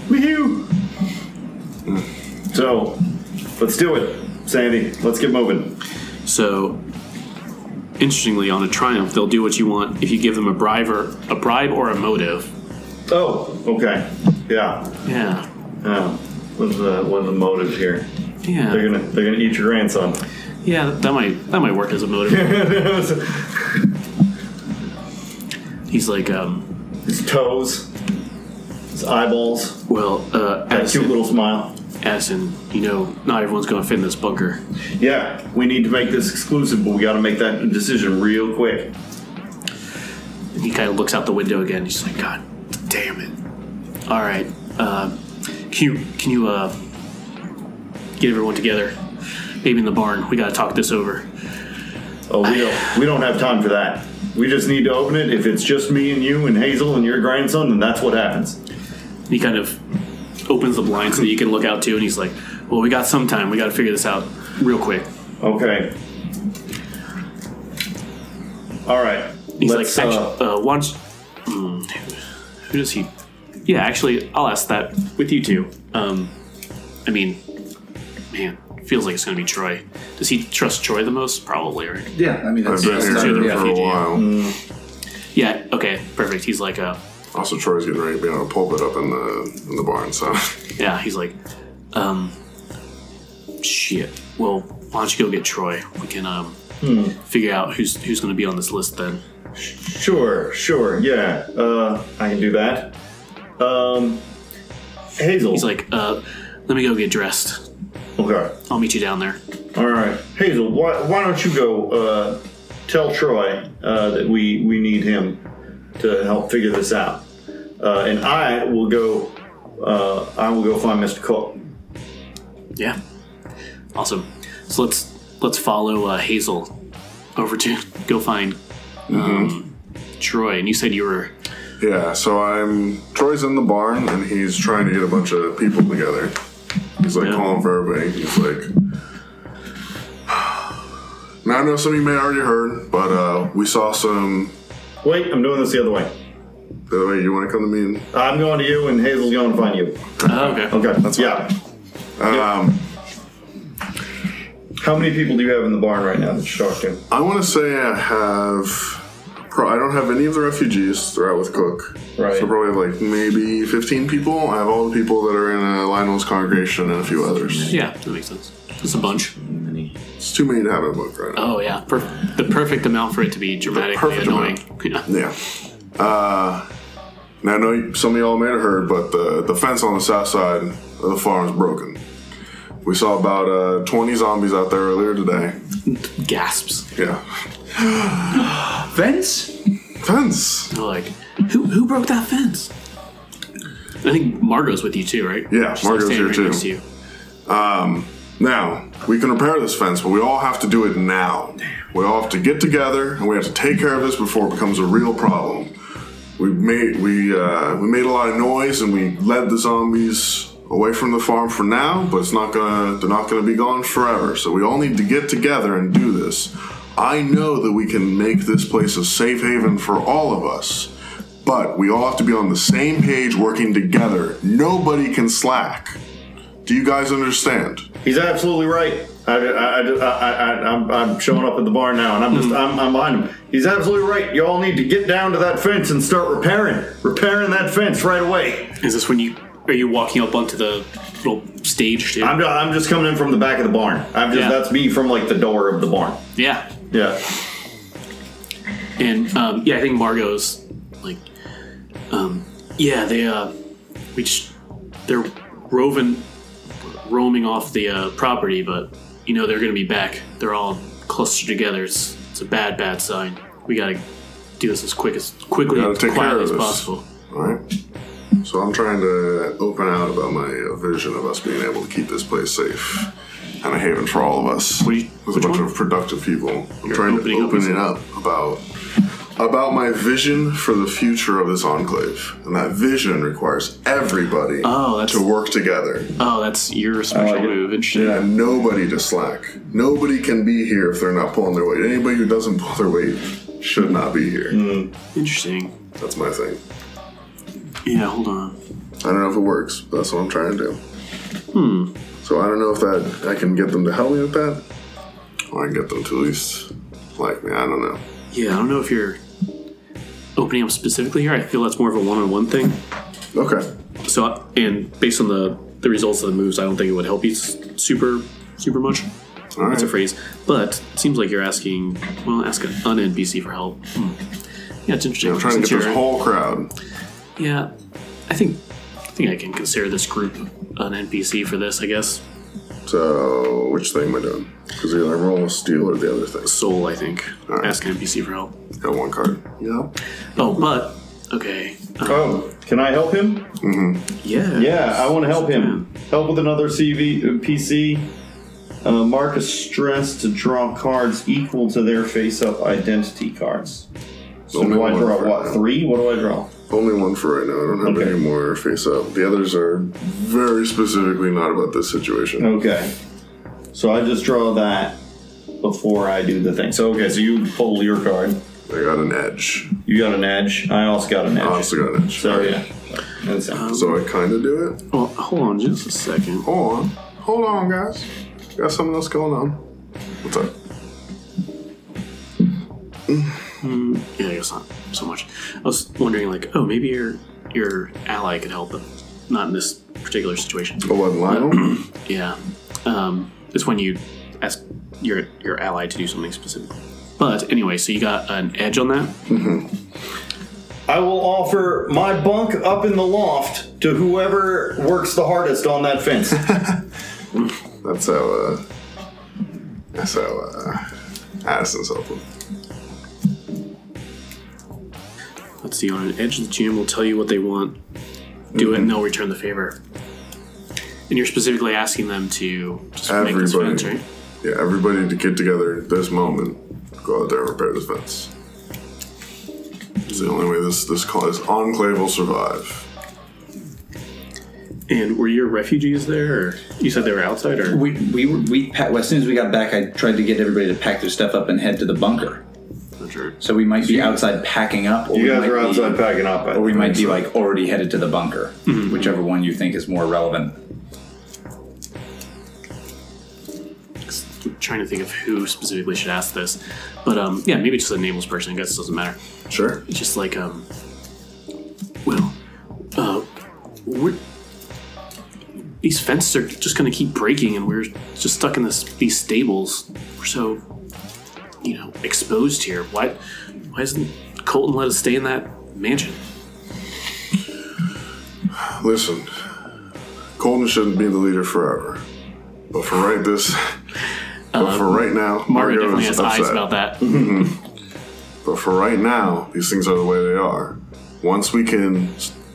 S5: Woohoo! So, let's do it, Sandy. Let's get moving.
S2: So, interestingly, on a triumph, they'll do what you want if you give them a bribe or a bribe or a motive.
S5: Oh, okay. Yeah.
S2: Yeah,
S5: Yeah. What's the what's the motive here?
S2: yeah,
S5: They're gonna they're gonna eat your grandson.
S2: yeah. That might that might work as a motive.
S5: His
S2: He's like, um,
S5: toes, his eyeballs,
S2: well, uh,
S5: that cute
S2: Addison,
S5: little smile.
S2: Addison, you know, not everyone's going to fit in this bunker.
S5: Yeah, we need to make this exclusive, but we got to make that decision real quick.
S2: And he kind of looks out the window again. He's like, God, damn it! All right, uh, can you can you uh, get everyone together? Maybe in the barn. We got to talk this over.
S5: Oh, we don't, we don't have time for that. We just need to open it. If it's just me and you and Hazel and your grandson, then that's what happens.
S2: And he kind of opens the blind so that you can look out too, and he's like, "Well, we got some time. We got to figure this out real quick."
S5: Okay. All right.
S2: He's
S5: Let's,
S2: like,
S5: uh,
S2: "Actu- uh, "Why don't you- hmm, who does he?" Yeah, actually, I'll ask that with you two. Um, I mean, man, feels like it's gonna be Troy. Does he trust Troy the most? Probably, right?
S4: Yeah, I mean,
S3: I've
S4: that's,
S3: been
S4: that's
S3: here
S4: yeah.
S3: for a
S2: refugee.
S3: while.
S2: Yeah. Okay. Perfect. He's like, uh,
S3: Also, Troy's getting ready to be on a pulpit up in the in the barn, so
S2: yeah. He's like, um, shit. Well, why don't you go get Troy? We can um figure out who's who's gonna be on this list then.
S5: Sure, sure, yeah. Uh, I can do that. Um, Hazel.
S2: He's like, uh, let me go get dressed.
S5: okay,
S2: I'll meet you down there.
S5: all right. Hazel, why, why don't you go uh, tell Troy uh, that we, we need him to help figure this out, uh, and I will go. Uh, I will go find Mr. Cook.
S2: Yeah. Awesome. So let's let's follow uh, Hazel over to go find um, Troy. And you said you were
S3: yeah. So I'm Troy's in the barn, and he's trying to get a bunch of people together. He's like
S2: Yeah.
S3: calling for everybody. He's like, now I know some of you may already heard, but uh, we saw some.
S5: Wait, I'm doing this the other way.
S3: The way you want to come to me? and-
S5: I'm going to you, and Hazel's going to find you.
S2: oh, okay.
S5: Okay, that's yeah.
S3: Um,
S5: How many people do you have in the barn right now that you talk to?
S3: I want to say I have pro- I don't have any of the refugees. They're out with Cook.
S5: Right.
S3: So probably like maybe 15 people. I have all the people that are in uh, Lionel's congregation and a few others.
S2: Yeah, that makes sense. It's a bunch.
S3: It's too many to have in a book right now.
S2: Oh yeah, per- the perfect amount for it to be dramatically
S3: perfect
S2: annoying. Yeah.
S3: Yeah. Uh, now, I know some of y'all may have heard, but the, the fence on the south side of the farm is broken. We saw about uh, 20 zombies out there earlier today.
S2: Gasps.
S3: Yeah.
S4: Fence?
S3: Fence.
S2: They're like, who who broke that fence? I think Margot's with you too, right?
S3: Yeah,
S2: She's,
S3: Margot's
S2: standing
S3: here, too.
S2: next to you.
S3: Now, we can repair this fence, but we all have to do it now. We all have to get together and we have to take care of this before it becomes a real problem. We made we uh, we made a lot of noise and we led the zombies away from the farm for now, but it's not gonna they're not gonna be gone forever. So we all need to get together and do this. I know that we can make this place a safe haven for all of us, but we all have to be on the same page working together. Nobody can slack. Do you guys understand?
S5: He's absolutely right. I, I, I, I, I, I'm, I'm showing up at the barn now, and I'm just I'm, I'm behind him. He's absolutely right. You all need to get down to that fence and start repairing, repairing that fence right away.
S2: Is this when you are you walking up onto the little stage? Too?
S5: I'm, ju- I'm just coming in from the back of the barn. I'm just
S2: Yeah.
S5: that's me from like the door of the barn.
S2: yeah,
S5: Yeah.
S2: And um, yeah, I think Margot's like, um, yeah, they uh, we just, they're roving, roaming off the uh, property, but you know they're gonna be back. They're all clustered together. It's, it's a bad, bad sign. We gotta do this as quick as quickly,
S3: We gotta
S2: and
S3: take care
S2: quietly
S3: of
S2: as
S3: this.
S2: possible.
S3: Alright. So I'm trying to open out about my uh, vision of us being able to keep this place safe and a haven for all of us
S2: What do you-
S3: with a
S2: which
S3: bunch
S2: one?
S3: of productive people. I'm trying to
S2: opening up
S3: open
S2: is-
S3: it up about about my vision for the future of this enclave, and that vision requires everybody
S2: Oh, that's-
S3: to work together
S2: Oh, that's your special
S5: like it.
S2: move. Interesting.
S3: and nobody to slack. Nobody can be here if they're not pulling their weight. Anybody who doesn't pull their weight should not be here.
S2: Mm. Interesting.
S3: That's my thing.
S2: Yeah, hold on.
S3: I don't know if it works, but that's what I'm trying to do. Hmm. So I don't know if that I can get them to help me with that, or I can get them to at least like me. I don't know.
S2: Yeah, I don't know if you're opening up specifically here. I feel that's more of a one-on-one thing.
S3: Okay.
S2: So, and based on the the results of the moves, I don't think it would help you s- super super much.
S3: All right.
S2: That's a phrase, but it seems like you're asking. Well, ask an un NPC for help. Hmm. Yeah, it's interesting.
S3: I'm trying to
S2: Since
S3: get this
S2: you're-
S3: whole crowd.
S2: yeah, I think I think I can consider this group an NPC for this. I guess
S3: So which thing am I doing? Because either I'm rolling a steal or the other thing.
S2: soul. I think
S3: All right.
S2: ask an NPC for help.
S3: Got one card. Yeah.
S2: Oh, but okay. Uh,
S5: Oh, can I help him?
S2: yeah.
S5: Yeah, I want to help him. Help with another CV uh, PC. Uh, mark a stress to draw cards equal to their face-up identity cards. So
S3: Only
S5: do I
S3: one
S5: draw
S3: for
S5: what?
S3: now.
S5: Three? What do I draw?
S3: Only one for right now. I don't have
S5: Okay.
S3: any more face up. The others are very specifically not about this situation.
S5: Okay. So I just draw that before I do the thing. So okay, so you pull your card.
S3: I got an edge.
S5: You got an edge. I also got an edge.
S3: I also got an edge.
S5: So yeah. That's it.
S3: So I kind of do it.
S2: Well, hold on just a second.
S3: Hold on. Hold on, guys. Got something else going on. What's up?
S2: Yeah, I guess not so much. I was wondering, like, oh, maybe your your ally could help them. Not in this particular situation.
S3: Oh, what, Lionel?
S2: Yeah, um, it's when you ask your your ally to do something specific. But anyway, so you got an edge on that.
S5: I will offer my bunk up in the loft to whoever works the hardest on that fence.
S3: That's how, uh, that's how, uh, Addison's helping.
S2: Let's see. On an edge, the GM will tell you what they want. Do it, and they'll return the favor. And you're specifically asking them to just make this
S3: Everybody.
S2: fence, right?
S3: Yeah, everybody to get together at this moment. Go out there and repair this fence. It's the only way this, this, call, this enclave will survive.
S2: And were your refugees there? Or you said they were outside, or
S4: We, we, were- we, pa- well, as soon as we got back, I tried to get everybody to pack their stuff up and head to the bunker.
S2: Not sure.
S4: So we might be outside packing up, or
S5: You
S4: we
S5: guys
S4: might
S5: are outside
S4: be,
S5: packing up. I
S4: or we
S5: think.
S4: might be like already headed to the bunker, whichever one you think is more relevant.
S2: trying to think of who specifically should ask this, but um, yeah, maybe just a nameless person. I guess it doesn't matter.
S3: Sure.
S2: It's just like um, well, uh, we're these fences are just gonna keep breaking, and we're just stuck in this these stables. We're so you know exposed here. Why why doesn't Colton let us stay in that mansion?
S3: Listen, Colton shouldn't be the leader forever. But for right this, but for right now,
S2: Margaret Um, definitely
S3: is
S2: has eyes
S3: upset.
S2: about that.
S3: But for right now, these things are the way they are. Once we can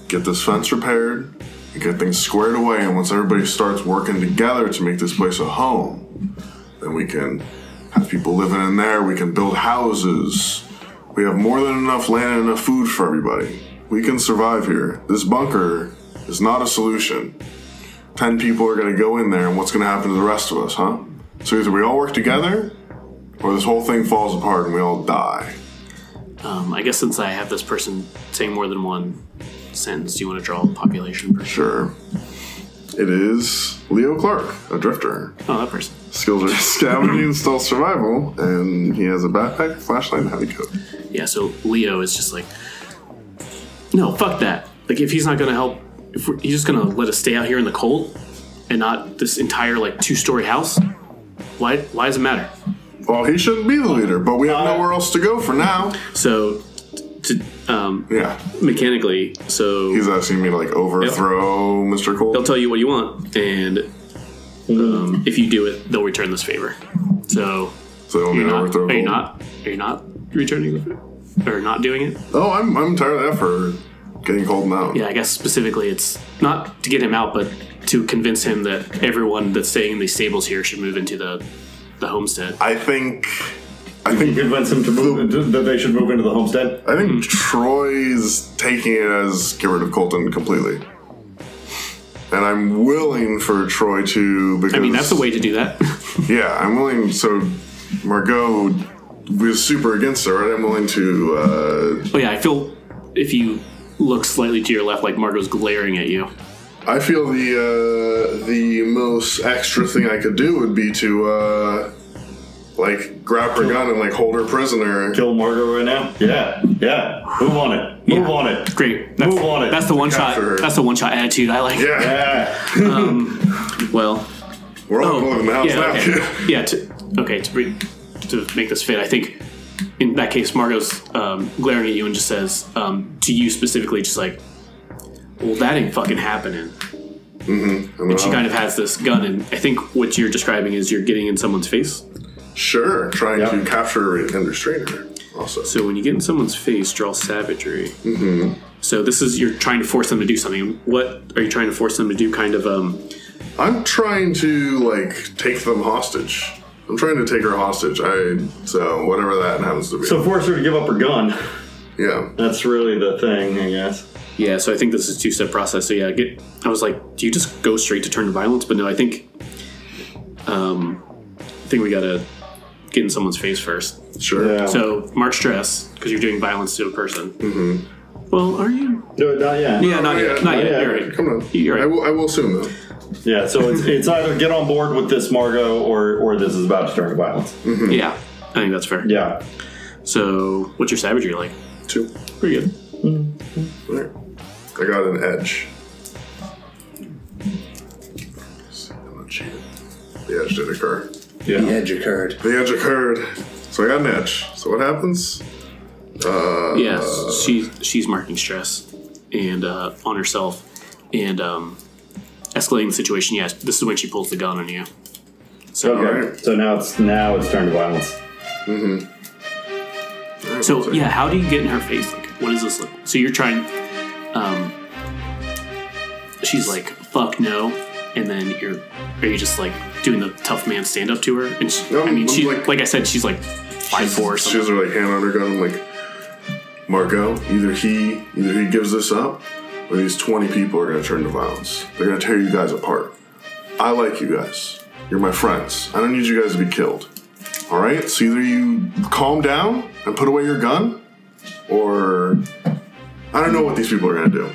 S3: get this fence repaired, and get things squared away, and once everybody starts working together to make this place a home, then we can have people living in there, we can build houses. We have more than enough land and enough food for everybody. We can survive here. This bunker is not a solution. Ten people are gonna go in there, and what's gonna happen to the rest of us, huh? So either we all work together, or this whole thing falls apart and we all die.
S2: Um, I guess since I have this person saying more than one sentence, do you want to draw a population person?
S3: Sure. It is Leo Clark, a drifter.
S2: Oh, that person.
S3: Skills are scavenging and stealth survival, and he has a backpack, flashlight, and heavy coat.
S2: Yeah, so Leo is just like, no, fuck that. Like, if he's not going to help, if we're, he's just going to let us stay out here in the cold and not this entire, like, two story house, why, why does it matter?
S3: Well, he shouldn't be the leader, but we
S2: Uh,
S3: have nowhere else to go for now.
S2: So, t- to, um,
S3: Yeah,
S2: mechanically, so
S3: he's asking me to like overthrow Mr.
S2: they'll
S3: Cole.
S2: tell you what you want, and um, if you do it, they'll return this favor. So,
S3: So they want me
S2: you're
S3: to
S2: not,
S3: overthrow
S2: are you
S3: Cole.
S2: not? Are you not returning the favor? Or not doing it?
S3: Oh, I'm, I'm tired of that for getting Colton out.
S2: Yeah, I guess specifically it's not to get him out, but to convince him that everyone that's staying in these stables here should move into the the homestead.
S3: I think. I think
S5: Convince him to move into, that they should move into the homestead. Hmm.
S3: I think Troy's taking it as get rid of Colton completely. And I'm willing for Troy to because
S2: I mean, that's the way to do that.
S3: Yeah, I'm willing so Margot was super against her, and I'm willing to uh
S2: but yeah, I feel if you look slightly to your left, like Margot's glaring at you.
S3: I feel the uh the most extra thing I could do would be to uh like grab her gun and like hold her prisoner.
S5: Kill Margo right now. Yeah, yeah. Move on it. Move
S2: Yeah.
S5: on it.
S2: Great. That's,
S5: Move on it.
S2: That's the one
S3: Capture her.
S2: shot. That's the one shot attitude I like.
S3: Yeah,
S5: Yeah.
S2: Well,
S3: we're
S5: Oh,
S3: all going in the house
S2: yeah,
S3: now.
S2: okay. yeah. To, okay, to bring, to make this fit, I think in that case, Margot's um, glaring at you and just says um, to you specifically, just like, "Well, that ain't fucking happening."
S3: And then
S2: She
S3: I'll-
S2: kind of has this gun, and I think what you're describing is you're getting in someone's face.
S3: sure, trying to capture and restrain her. Also,
S2: So when you get in someone's face, draw savagery. Mm-hmm. So this is you're trying to force them to do something. What are you trying to force them to do? Kind of um,
S3: I'm trying to like take them hostage. I'm trying to take her hostage. I so whatever that happens to be.
S5: so force her to give up her gun.
S3: yeah,
S5: That's really the thing, I guess.
S2: Yeah, so I think this is two step process. So yeah, get, I was like, do you just go straight to turn to violence? But no, I think, um, I think we gotta get in someone's face first.
S3: sure.
S5: Yeah.
S2: So mark stress because you're doing violence to a person. Mm-hmm. Well, are you?
S5: No, not yet.
S2: Yeah, not
S3: yeah,
S2: yet. Not
S3: not
S2: yet.
S5: yet.
S2: You're right.
S3: Come on.
S2: You're right.
S3: I will. I will assume though.
S5: Yeah, so it's, it's either get on board with this, Margot, or or this is about to turn to violence.
S2: Yeah, I think that's fair.
S5: Yeah.
S2: So what's your savagery like?
S3: Two.
S2: Pretty good.
S3: All right. I got an edge. I'm not cheating. The edge did occur.
S5: Yeah.
S4: The edge occurred.
S3: The edge occurred. So I got an edge. So what happens?
S2: Uh, Yes, she's she's marking stress and uh, on herself and um, escalating the situation. Yes, this is when she pulls the gun on you. So
S5: Okay. So now it's now it's turn to violence.
S2: So yeah, how do you get in her face? Like, what does this look? So you're trying. Um, she's like, "Fuck no," and then you're. Are you just like doing the tough man stand up to her? And she, I
S3: Um,
S2: mean, she
S3: like-
S2: like, I said, she's like five four or
S3: She has
S2: something.
S3: her like hand on her gun. like, Margot, either he either he gives this up, or these twenty people are gonna turn to violence. They're gonna tear you guys apart. I like you guys. You're my friends. I don't need you guys to be killed. All right. So either you calm down and put away your gun, or I don't know what these people are gonna do.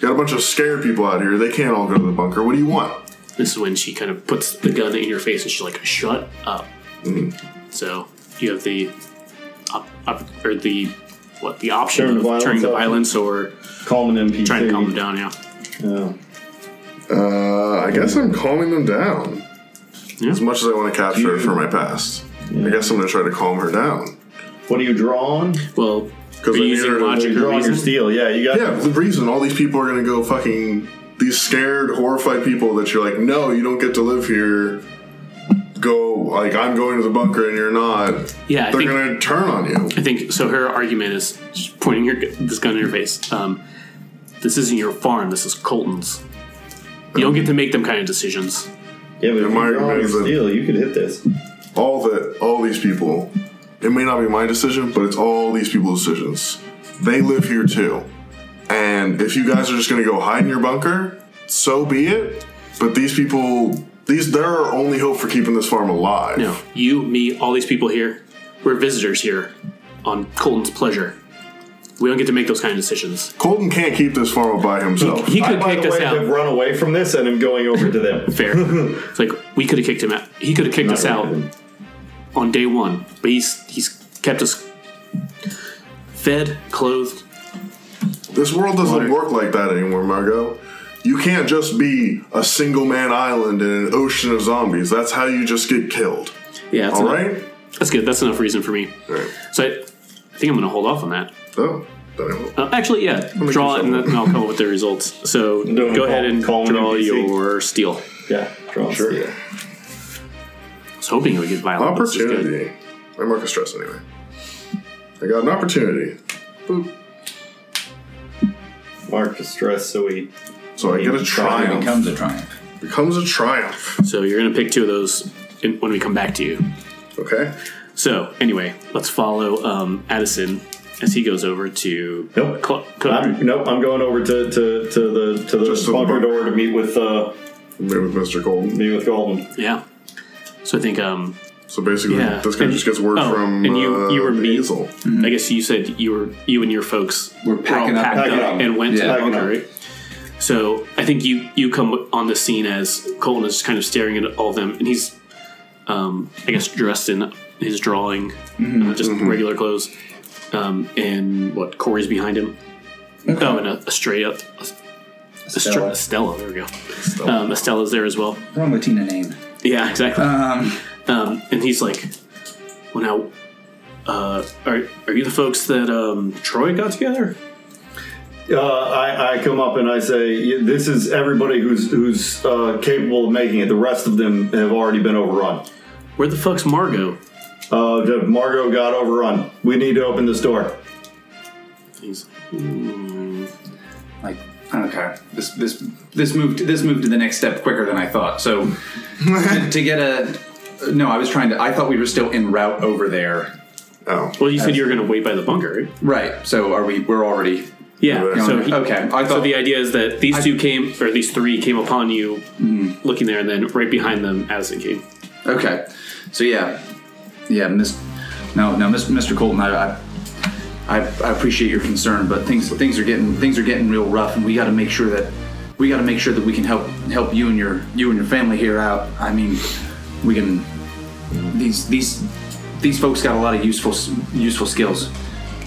S3: Got a bunch of scared people out here. They can't all go to the bunker. What do you want?
S2: This is when she kind of puts the gun in your face, and she's like, "Shut up." So you have the op, op, or the what the option
S5: Turn
S2: of
S5: violence
S2: turning to
S5: up.
S2: violence or
S5: Calm an MP.
S2: trying to calm them down. Yeah,
S5: down.
S3: Uh, I guess I'm calming them down.
S2: Yeah.
S3: As much as I want to capture her for my past, I guess I'm going to try to calm her down.
S5: What are you drawing?
S2: well,
S3: I
S2: are you
S3: need
S2: using
S3: her to-
S2: logic
S5: You're
S2: or
S5: drawing your
S2: reason.
S5: steel. Yeah, you got.
S3: Yeah, the reason all these people are going to go fucking these scared, horrified people that you're like, no, you don't get to live here. Go like I'm going to the bunker and you're not.
S2: Yeah, I
S3: they're
S2: think-
S3: going to turn on you.
S2: I think so. Her argument is she's pointing her, this gun in your face. Um, this isn't your farm. This is Colton's. You don't get to make them kind of decisions.
S5: Yeah, but if
S3: Am I
S5: you're drawing your
S3: amazing?
S5: steel, you could hit this.
S3: all that all these people it may not be my decision but it's all these people's decisions they live here too and if you guys are just going to go hide in your bunker so be it but these people these they're our only hope for keeping this farm alive
S2: No, you, me, all these people here, we're visitors here on Colton's pleasure. We don't get to make those kind of decisions.
S3: colton can't keep this farm up by himself
S2: He could
S5: I, by
S2: kick
S5: the
S2: us
S5: way, have
S2: out.
S5: run away from this and am going over to them.
S2: Fair. it's like we could have kicked him out. He could have kicked us out on day one, but he's he's kept us fed, clothed.
S3: this world doesn't work like that anymore margot you can't just be a single man island in an ocean of zombies that's how you just get killed
S2: Yeah, that's
S3: all
S2: enough.
S3: right
S2: That's good. That's enough reason for me.
S3: all right
S2: So I, I think I'm going to hold off on that.
S3: oh then I will.
S2: Uh, actually, yeah,
S3: me
S2: draw
S3: do
S2: it and
S3: something.
S2: then I'll come up with the results. So
S5: Don't
S2: go
S5: call-
S2: ahead and
S5: call an
S2: draw
S5: NPC.
S2: your steel.
S5: Yeah, drawing
S3: Sure.
S5: steel.
S2: I was hoping it would get violent. but this is good.
S3: Opportunity. I mark a stress anyway. I got an opportunity. Boop.
S5: Mark distress, so we.
S3: So I get a
S6: It
S3: triumph.
S6: becomes a triumph.
S3: Becomes a triumph.
S2: So you're going to pick two of those in, when we come back to you.
S3: Okay.
S2: So anyway, let's follow um, Addison as he goes over to
S5: Nope.
S2: Cl- Cl-
S5: I'm, nope, I'm going over to, to, to the to
S3: Just to
S5: the
S3: the
S5: bunker
S3: bunker.
S5: door to meet with uh,
S3: Maybe with Mr. Golden.
S5: meet with Golden.
S2: yeah. So I think um,
S3: So basically,
S2: Yeah.
S3: this guy
S2: And-
S3: just gets word
S2: oh,
S3: from
S2: and you-
S3: uh,
S2: you were me.
S3: Hazel.
S2: I guess you said you were you and your folks
S4: We're
S2: all
S4: packing up-
S2: packed
S5: packing up.
S2: and went
S4: Yeah.
S2: to the
S5: Packing
S2: bunker,
S5: up.
S2: right? So I think you you come on the scene as Colton is kind of staring at all of them, and he's um, I guess dressed in his drawing, uh, just regular clothes, um, and what Corey's behind him. Oh, and a, a straight up a stra-
S4: Stella.
S2: Estella. There we go. Um, Estella's there as well.
S4: Wrong Latina name.
S2: Yeah, exactly.
S4: Um,
S2: Um, and he's like, "Well, now, uh, are are you the folks that um, Troy got together?"
S5: Uh, I, I come up and I say, "Yeah, "This is everybody who's who's uh, capable of making it. The rest of them have already been overrun.
S2: Where the fuck's Margot?
S5: Uh, the- Margot got overrun. We need to open this door.
S2: He's "Hmm."
S4: like okay, this this this moved this moved to the next step quicker than I thought. So to, to get a no, I was trying to. I thought we were still en route over there.
S3: Oh.
S2: well, you said you were going to wait by the bunker, right?
S4: Right. So are we? We're already.
S2: Yeah. So he,
S4: okay. I
S2: So
S4: thought
S2: the idea is that these two came, or these three came upon you,
S4: Mm.
S2: looking there, and then right behind them, Addison came.
S4: Okay, so yeah, yeah, Miss. No, no, Miss, Mr. Colton, I, I, I, I appreciate your concern, but things things are getting things are getting real rough, and we got to make sure that we got to make sure that we can help help you and your you and your family here out. I mean, we can these these these folks got a lot of useful s- useful skills.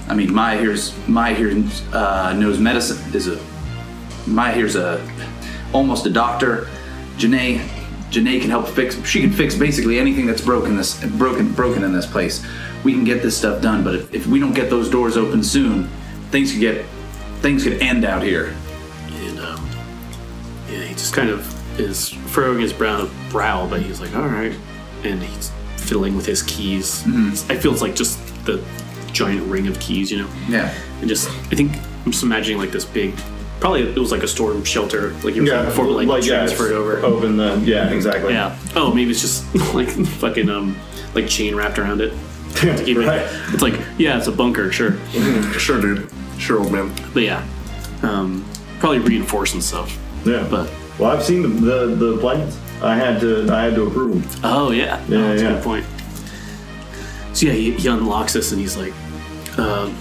S4: I mean, Maya here's Maya here uh, knows medicine is a Maya here's a almost a doctor. Janae, Janae can help fix. She can fix basically anything that's broken this broken broken in this place. We can get this stuff done, but if, if we don't get those doors open soon, things could get things could end out here.
S2: and um, yeah, he just kind of is furrowing his brown brow, but he's like, "All right," and he's fiddling with his keys.
S4: Mm-hmm.
S2: I feel it's like just the giant ring of keys, you know,
S4: Yeah,
S2: and just I think I'm just imagining like this big, probably it was like a storm shelter, like you were saying before, but like, transferred
S5: yeah,
S2: over.
S5: Open the yeah, exactly.
S2: Yeah. Oh, maybe it's just like fucking um, like chain wrapped around it. To keep it-
S5: Right.
S2: It's like yeah, it's a bunker, sure,
S3: Sure, dude. Sure, old man.
S2: but yeah, um, probably reinforcing stuff.
S5: yeah.
S2: But
S5: well, I've seen the, the the plans. I had to I had to approve them.
S2: Oh yeah,
S5: Yeah,
S2: No, that's
S5: yeah.
S2: a good point. So yeah, he, he unlocks this and he's like, um,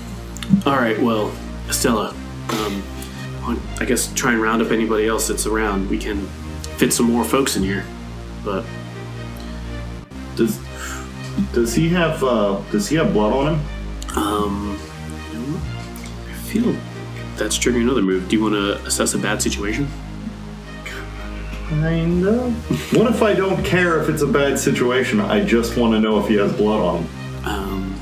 S2: "All right, well, Estella, um, on- I guess try and round up anybody else that's around. We can fit some more folks in here, but
S5: Does Does he have uh, Does he have blood on him?
S2: Um, I feel that's triggering another move. Do you want to assess a bad situation?
S5: Kinda. what if I don't care if it's a bad situation? I just want to know if he has blood on him.
S2: Um,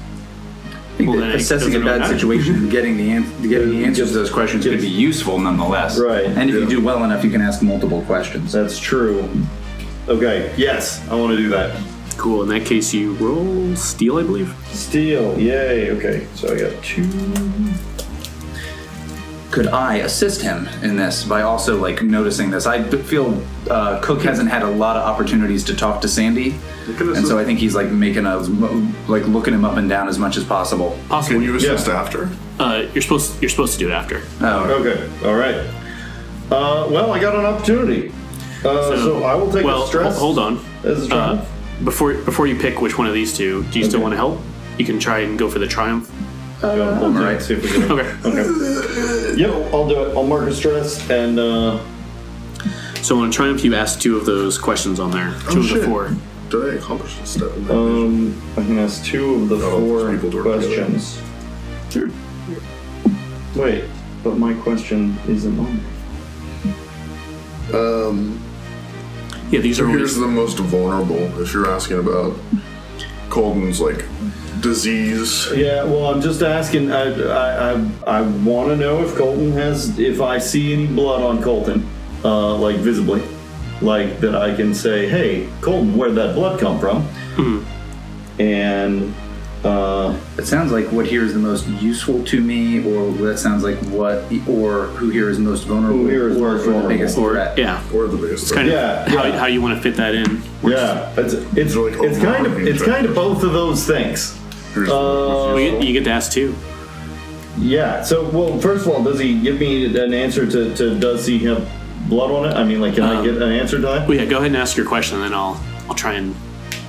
S6: I think
S2: Well,
S6: that
S2: then it
S6: assessing a
S2: doesn't really
S6: bad
S2: matter.
S6: situation and getting the, an- getting the answers to those questions could be useful nonetheless.
S5: Right.
S4: And if you do well enough, you can ask multiple questions.
S5: That's true. Okay. Yes, I want to do that.
S2: cool. In that case, you roll steal, I believe.
S5: Steel. Yay. Okay. So I got two.
S4: Could I assist him in this by also like noticing this? I b- feel uh, Cook hasn't had a lot of opportunities to talk to Sandy, and so I think he's like making a like looking him up and down as much as possible.
S2: Possible.
S3: Can you assist after?
S2: Uh, you're supposed you're supposed to do it after.
S4: Oh,
S5: Okay. All right. Uh, well, I got an opportunity. Uh, so, I will take
S2: Um, well,
S5: a stress.
S2: hol- Hold on.
S5: As a
S2: Uh,
S5: triumph.
S2: before before you pick which one of these two, do you still
S5: Okay.
S2: want to help? You can try and go for the triumph.
S5: Go, we'll do it, see if we can-
S2: Okay.
S5: Yep, I'll do it. I'll mark a stress and uh,
S2: So on a triumph, you ask two of those questions on there. Two of the
S3: shit.
S2: four.
S3: Did I accomplish this step? in that vision?
S5: um, I can ask two of the
S3: Oh, those people
S5: four
S3: do it together.
S5: questions. Wait, but my question isn't on. there.
S2: Yeah, these are only
S3: Here's the most vulnerable. If you're asking about Colden's like disease,
S5: Yeah, well, I'm just asking. I I, I, I want to know if Colton has if I see any blood on Colton, uh, like visibly, like that I can say, hey, Colton, where'd that blood come from?
S2: Hmm.
S5: And uh,
S4: it sounds like what here is the most useful to me, or that sounds like what, or who here is most vulnerable,
S5: Who here is
S4: or
S5: most
S4: the
S5: vulnerable.
S4: biggest
S2: or
S4: threat.
S2: yeah.
S3: or the biggest.
S2: Kind of
S5: Yeah,
S2: how,
S5: yeah.
S2: how you want to fit that in.
S5: yeah, it's it's,
S3: like
S5: it's kind of
S3: overarching
S5: it's kind of both of those things.
S3: Here's the
S5: Uh,
S2: Well, you, you get to ask two.
S5: Yeah. So, well, first of all, does he give me an answer to, to does he have blood on it? I mean, like, can I
S2: Um,
S5: get an answer to that?
S2: Well, yeah, go ahead and ask your question, and then I'll I'll try and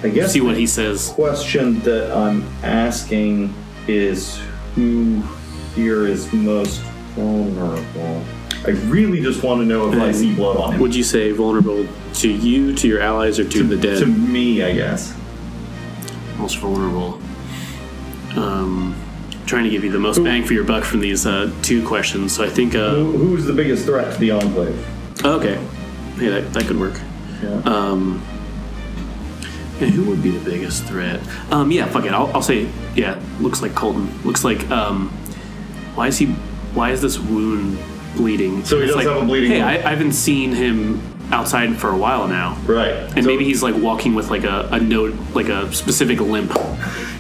S5: I guess
S2: see what he says.
S5: question that I'm asking is who here is most vulnerable? I really just want to know if I see blood on him.
S2: Would you say vulnerable to you, to your allies, or to, the dead?
S5: To me, I guess.
S2: most vulnerable. Um, trying to give you the most bang for your buck from these uh, two questions. So I think. Uh,
S5: Who, who's the biggest threat to the enclave?
S2: okay. Hey, that, that could work.
S5: Yeah.
S2: Um, yeah, who would be the biggest threat? Um, yeah, fuck it. I'll, I'll say. Yeah, looks like Colton. Looks like. Um, why is he? Why is this wound bleeding?
S5: So he
S2: It's
S5: does
S2: like,
S5: have a bleeding
S2: Hey,
S5: wound."
S2: I, I haven't seen him outside for a while now.
S5: right.
S2: And
S5: So
S2: maybe he's like walking with like a, a note, like a specific limp.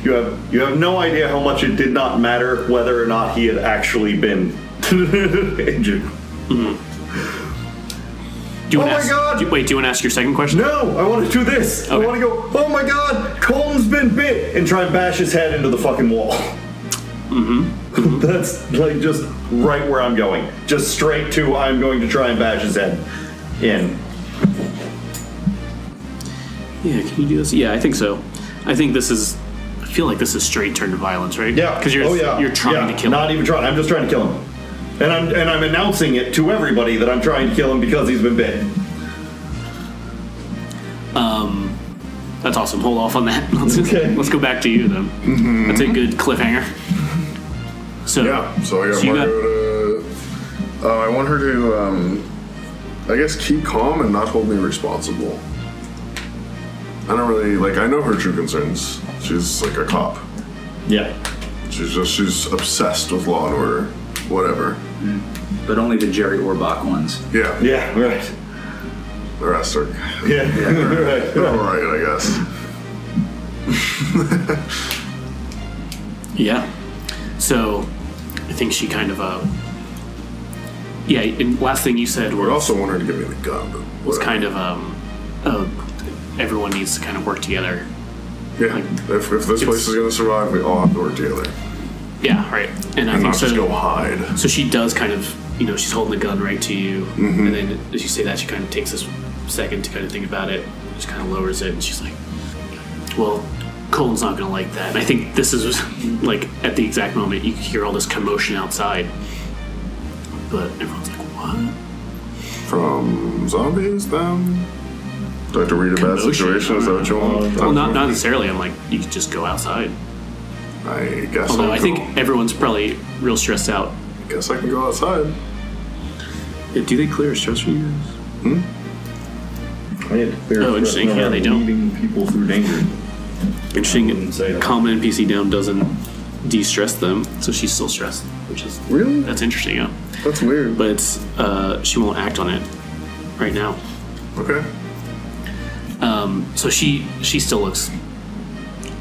S5: you have you have no idea how much it did not matter whether or not he had actually been injured.
S2: Do you
S5: Oh
S2: wanna
S5: my
S2: ask-
S5: God!
S2: do you- wait, do you want to ask your second question?
S5: No, I want to do this.
S2: Okay.
S5: I want to go. Oh my God, Colton's been bit, and try and bash his head into the fucking wall. Mm-hmm.
S2: Mm-hmm.
S5: That's like just right where I'm going. Just straight to I'm going to try and bash his head in.
S2: Yeah, can you do this? Yeah, I think so. I think this is. I feel like this is straight turn to violence, right?
S5: Yeah.
S2: because you're
S5: oh, yeah.
S2: you're trying
S5: Yeah,
S2: to kill.
S5: Not
S2: him.
S5: even trying. I'm just trying to kill him. And I'm and I'm announcing it to everybody that I'm trying to kill him because he's been bit.
S2: That's awesome. Hold off on that. Let's,
S5: Okay. Mm-hmm.
S2: let's go back to you then. That's a good cliffhanger. So
S3: Yeah, so I got
S2: So you got-
S3: Margot to. Uh, I want her to, um, I guess, keep calm and not hold me responsible. I don't really like. I know her true concerns. She's like a cop.
S5: Yeah.
S3: She's just she's obsessed with law and order. Whatever.
S4: But only the Jerry Orbach ones.
S3: Yeah.
S5: Yeah. Right.
S3: The rest are
S5: Yeah. right.
S3: all right, I guess.
S2: yeah, so I think she kind of uh. Yeah, and last thing you said
S3: I
S2: was
S3: also want her to give me the gun. But
S2: was
S3: whatever.
S2: kind of um, uh, everyone needs to kind of work together.
S3: Yeah. If, if this place is gonna survive, we all have to work together
S2: Yeah, right. And I
S3: and
S2: think
S3: not
S2: so.
S3: just go hide.
S2: So she does kind of, you know, she's holding the gun right to you, and then as you say that, she kind of takes this second to kind of think about it, just kind of lowers it, and she's like, "Well, Colin's not gonna like that." And I think this is like at the exact moment you hear all this commotion outside, but everyone's like, "What?"
S3: From zombies, then. Do I have to read a bad
S2: Commotion.
S3: situation? Is that what you want?
S2: Well, not, not necessarily. I'm like, you could just go outside.
S3: I guess.
S2: Although
S3: I'll
S2: Oh, I think everyone's probably real stressed out.
S3: go- guess I can go outside.
S2: Do they clear stress for you guys?
S5: I had to clear
S2: Oh, interesting. Yeah, they don't.
S5: Leading people through danger.
S2: Interesting.
S5: wouldn't say that.
S2: Common NPC down doesn't de-stress them, so she's still stressed, which is
S3: Really?
S2: that's interesting. Yeah,
S3: That's weird.
S2: but it's uh, she won't act on it right now.
S3: Okay.
S2: Um, so she she still looks,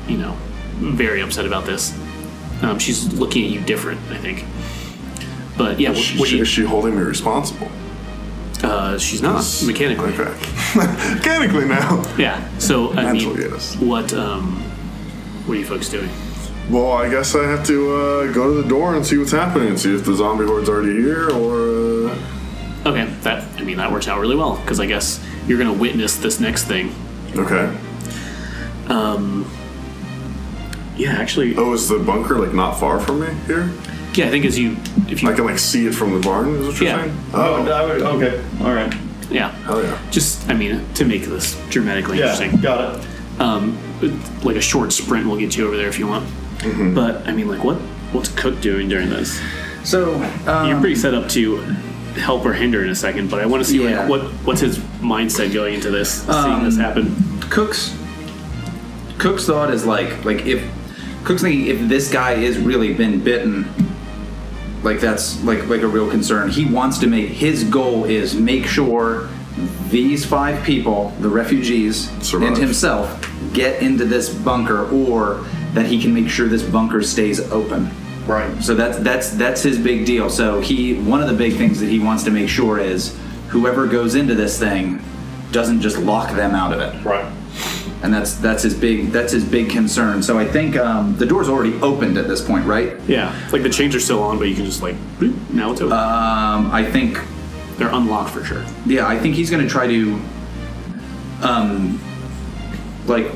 S2: you know, very upset about this. Um, she's looking at you different, I think. But yeah, what,
S3: She-
S2: what do
S3: she-
S2: you,
S3: is she holding me responsible?
S2: uh, she's not mechanically.
S3: Okay. Mechanically now.
S2: Yeah. So I
S3: Mental,
S2: mean,
S3: yes.
S2: what um, what are you folks doing?
S3: Well, I guess I have to uh, go to the door and see what's happening and see if the zombie horde's already here or. Uh,
S2: Okay, that I mean that works out really well because I guess you're gonna witness this next thing.
S3: okay.
S2: Um, yeah, actually,
S3: Oh, is the bunker like not far from me here?
S2: yeah, I think as you if you
S3: I can like see it from the barn. Is what you're
S2: Yeah.
S3: saying?
S5: Oh, I would, okay. All right.
S2: yeah,
S3: hell Oh, yeah.
S2: just I mean to make this dramatically
S5: Yeah,
S2: interesting,
S5: got it.
S2: um, like a short sprint will get you over there if you want. But I mean, like what what's Cook doing during this?
S4: So um,
S2: You're pretty set up to help or hinder in a second, but I want to see
S4: Yeah.
S2: like what what's his mindset going into this, seeing this happen.
S4: Cook's Cook's thought is like like if Cook's thinking if this guy is really been bitten, like that's like like a real concern. He wants to make his goal is make sure these five people, the refugees
S3: Survive.
S4: and himself, get into this bunker, or that he can make sure this bunker stays open.
S5: Right.
S4: So that's that's that's his big deal. So he one of the big things that he wants to make sure is whoever goes into this thing doesn't just lock them out of it
S5: Right.
S4: and that's that's his big that's his big concern. So I think um, the door's already opened at this point, right?
S2: Yeah, like the chains are still on, but you can just like boop, now it's open.
S4: Um, I think
S2: They're unlocked for sure.
S4: yeah, I think he's going to try to, um, like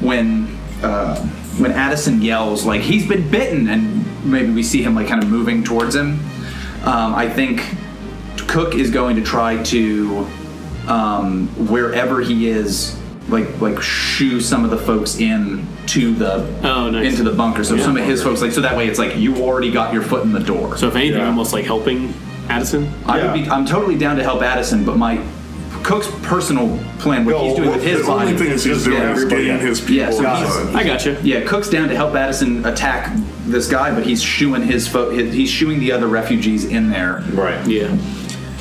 S4: when uh, when Addison yells like he's been bitten, and maybe we see him like kind of moving towards him. Um, I think Cook is going to try to um, wherever he is, like like shoo some of the folks in to the
S2: Oh, nice.
S4: into the bunker. So some of his folks like so that way it's like you already got your foot in the door.
S2: So if anything,
S5: Yeah.
S2: almost like helping Addison.
S4: I
S5: Yeah.
S4: would be, I'm totally down to help Addison, but my cook's personal plan, what
S5: No,
S4: he's doing with his
S3: the only
S4: body.
S3: thing is he's
S5: Just
S3: doing
S5: get
S3: is
S5: everybody
S3: getting
S5: out.
S3: his people
S4: Yeah, so he's-
S3: inside.
S2: I gotcha.
S4: yeah, Cook's down to help Addison attack this guy, but he's shooing his, fo- his he's shooing the other refugees in there.
S5: Right.
S2: Yeah.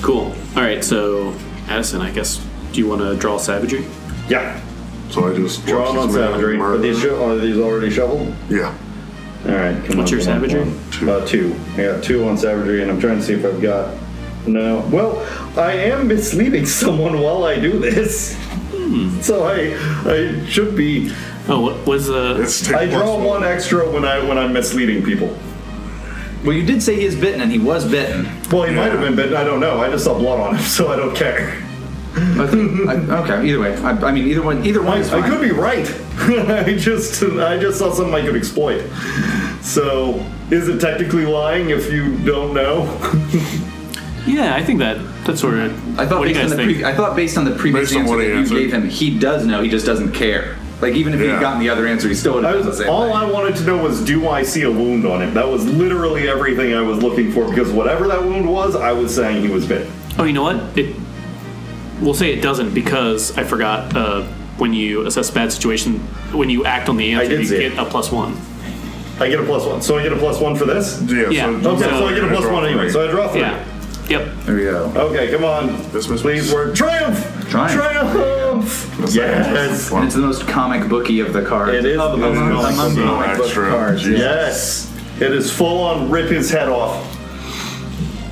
S2: Cool. All right. So Addison, I guess, do you want to draw savagery?
S5: Yeah.
S3: So I just
S5: Drawn
S3: watched
S5: on
S3: this man
S5: savagery. Are
S3: murder-
S5: these, sho- are these already shoveled?
S3: Yeah.
S5: All right. Come
S2: What's
S5: on,
S2: your
S5: come on,
S2: savagery?
S5: come on. Uh, two. I got two on savagery, and I'm trying to see if I've got. No. Well, I am misleading someone while I do this. So I, I should be.
S2: Oh, what was the?
S3: It's take
S5: I draw
S3: plus
S5: one extra when I when I'm misleading people.
S4: Well, you did say he is bitten, and he was bitten.
S5: Well, he might have been, but I don't know. I just saw blood on him, so I don't care.
S4: Okay, I- okay, either way, I, I mean, either one, either one
S5: I,
S4: is fine.
S5: I could be right. I just I just saw something I could exploit. So is it technically lying if you don't know?
S2: Yeah, I think that that's sort of.
S4: I thought
S2: what do you
S4: based
S2: guys
S4: on the
S2: think?
S4: pre- I thought based on the previous
S3: Based on
S4: answer
S3: what
S4: that
S3: he
S4: you
S3: answered.
S4: gave him, he does know. He just doesn't care. Like even if he
S3: Yeah.
S4: had gotten the other answer, he still would
S5: I
S4: have done the
S5: was,
S4: same.
S5: all
S4: thing.
S5: I wanted to know was do I see a wound on him? That was literally everything I was looking for because whatever that wound was, I was saying he was bitten.
S2: oh, you know what? It. We'll say it doesn't because I forgot. Uh, when you assess bad situation, when you act on the answer,
S5: did
S2: you
S5: see it.
S2: get a plus one.
S5: I get a plus one, so I get a plus one for this.
S3: one. Yeah.
S2: Yeah.
S3: So,
S5: Okay, so, I get a plus
S3: draw
S5: one anyway.
S3: three.
S5: So I draw three.
S2: Yeah. Yep.
S4: there we go.
S5: Okay, come on.
S3: This was-
S5: Please work. Triumph!
S4: Triumph.
S5: Triumph! Yes.
S4: And it's the most comic booky of the cards.
S5: It is
S4: Of-
S5: the most
S4: among-
S5: comic
S4: among
S5: booky.
S4: comic book
S3: Extra.
S4: cards.
S3: Jesus.
S5: Yes. It is full on rip his head off.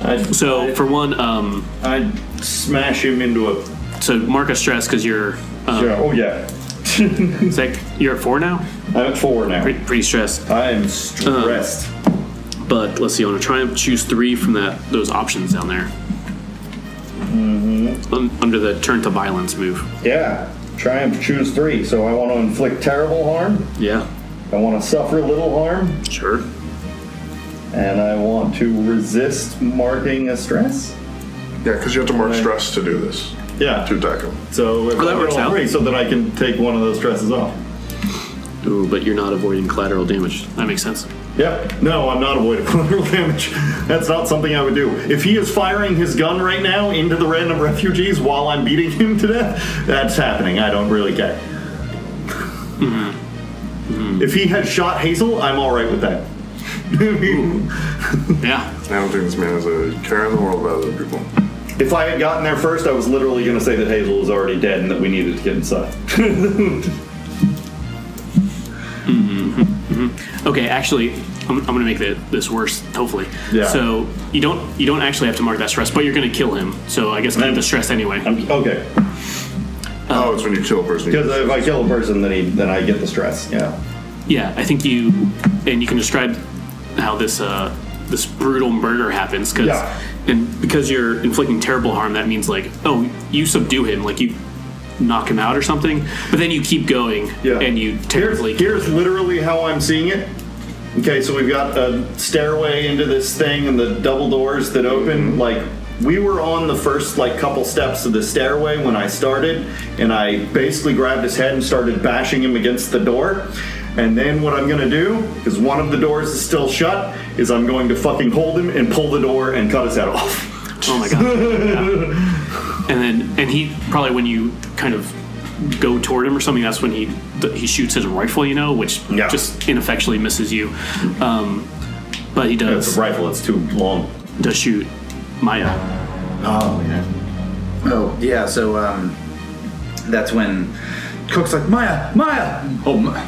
S5: I,
S2: So for one, um,
S5: I smash him into a.
S2: so mark a stress because you're. Um,
S5: Yeah, oh yeah. Hmm.
S2: is that, you're at four now.
S5: I'm at four now.
S2: Pretty, pretty stressed.
S5: I am stressed.
S2: But let's see. I'm gonna try and choose three from that those options down there.
S5: Mm-hmm.
S2: Un- under the turn to violence move.
S5: yeah. Triumph choose three. So I want to inflict terrible harm.
S2: Yeah.
S5: I want to suffer little harm,
S2: Sure.
S5: and I want to resist marking a stress.
S3: Yeah, because you have to mark stress to do this.
S5: Yeah.
S3: to attack him.
S5: So if
S2: that
S5: I roll
S2: works out.
S5: three, so that I can take one of those dresses off.
S2: Ooh, but you're not avoiding collateral damage. That makes sense.
S5: Yep. No, I'm not avoiding collateral damage. That's not something I would do. If he is firing his gun right now into the random refugees while I'm beating him to death, that's happening. I don't really care.
S2: Mm-hmm.
S5: If he had shot Hazel, I'm all right with that.
S2: Yeah.
S3: I don't think this man has a care in the world about other people.
S5: if I had gotten there first, I was literally going to say that Hazel was already dead and that we needed to get inside.
S2: Okay, actually, I'm, I'm gonna make the, this worse. Hopefully.
S5: Yeah.
S2: So you don't you don't actually have to mark that stress, but you're gonna kill him. So I guess keep the stress anyway.
S5: I'm, okay,
S3: Oh, it's when you kill a person.
S5: because if I kill a person, then he, then I get the stress. Yeah.
S2: Yeah, I think you, and you can describe how this uh, this brutal murder happens because,
S5: Yeah.
S2: and because you're inflicting terrible harm, that means like, oh, you subdue him, like you knock him out or something, but then you keep going
S5: Yeah.
S2: and you
S5: Here's,
S2: terribly.
S5: here's literally how I'm seeing it. Okay, so we've got a stairway into this thing and the double doors that open. Like, we were on the first, like, couple steps of the stairway when I started, and I basically grabbed his head and started bashing him against the door. And then what I'm gonna do, because one of the doors is still shut, is I'm going to fucking hold him and pull the door and cut his head off.
S2: Oh my god! Yeah. And then, and he probably when you kind of go toward him or something, that's when he he shoots his rifle, you know, which
S5: Yeah.
S2: just ineffectually misses you. Um, but he does
S5: It's a rifle, it's too long.
S2: does shoot Maya.
S5: Oh, yeah.
S4: Oh yeah, so um, that's when Cook's like Maya, Maya. Oh, Ma-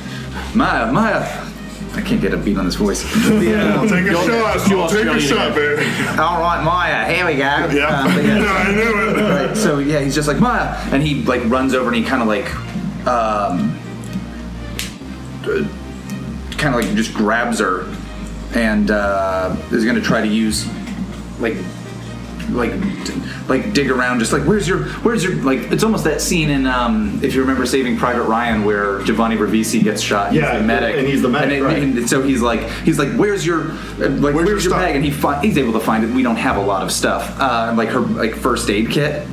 S4: Maya, Maya. I can't get a beat on this voice. The, uh,
S3: I'll take a shot.
S2: you
S3: I'll take a
S2: Australian
S3: shot, baby.
S4: All right, Maya, here we go.
S3: Yeah.
S4: Um,
S5: Uh,
S4: but yeah.
S3: I knew it.
S4: Right, so yeah, he's just like Maya, and he like runs over and he kind of like, um, kind of like just grabs her, and uh, is gonna try to use, like, like, d- like dig around, just like where's your, where's your, like it's almost that scene in um, if you remember Saving Private Ryan where Giovanni Ravisi gets shot, and
S5: Yeah,
S4: he's the medic,
S5: and he's the medic,
S4: and, it-
S5: right.
S4: and so he's like, he's like, where's your, uh, like,
S3: Where's
S4: where's,
S3: your
S4: your
S3: stuff?
S4: bag? And he fi- he's able to find it. We don't have a lot of stuff, uh, like her like first aid kit.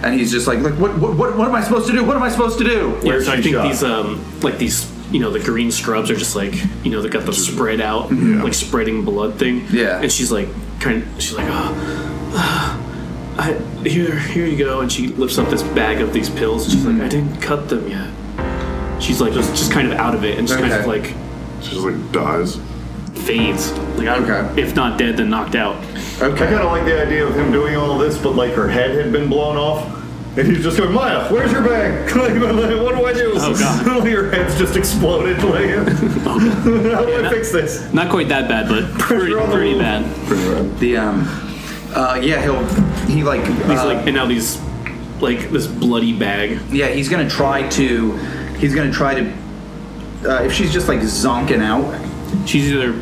S4: And he's just like, like what, what, what, what am I supposed to do? What am I supposed to do?
S2: Yeah, so I
S5: she
S2: think
S5: shot?
S2: these um like these you know the green scrubs are just like you know they got the spread out like spreading blood thing.
S4: Yeah.
S2: and she's like kind of she's like oh. I, here, here you go, and she lifts up this bag of these pills. And she's like,
S4: Mm-hmm.
S2: "I didn't cut them yet." She's like, just, just kind of out of it, and just kind of
S4: Okay.
S2: like
S3: She just like dies.
S2: fades. Like, I,
S4: Okay.
S2: if not dead, then knocked out.
S5: I kind of like the idea of him doing all this, but like her head had been blown off, and he's just going, Maya, where's your bag? like, what do I do?
S2: Oh, God. Oh,
S5: your head's just exploded. Like, how do I fix this?
S2: Not quite that bad, but pretty,
S5: on the
S2: pretty
S5: roof.
S2: bad.
S4: The um, uh, yeah, he'll he like,
S2: These
S4: uh,
S2: like, and now these, like this bloody bag.
S4: yeah, he's gonna try to, he's gonna try to, uh, if she's just like zonking out,
S2: She's either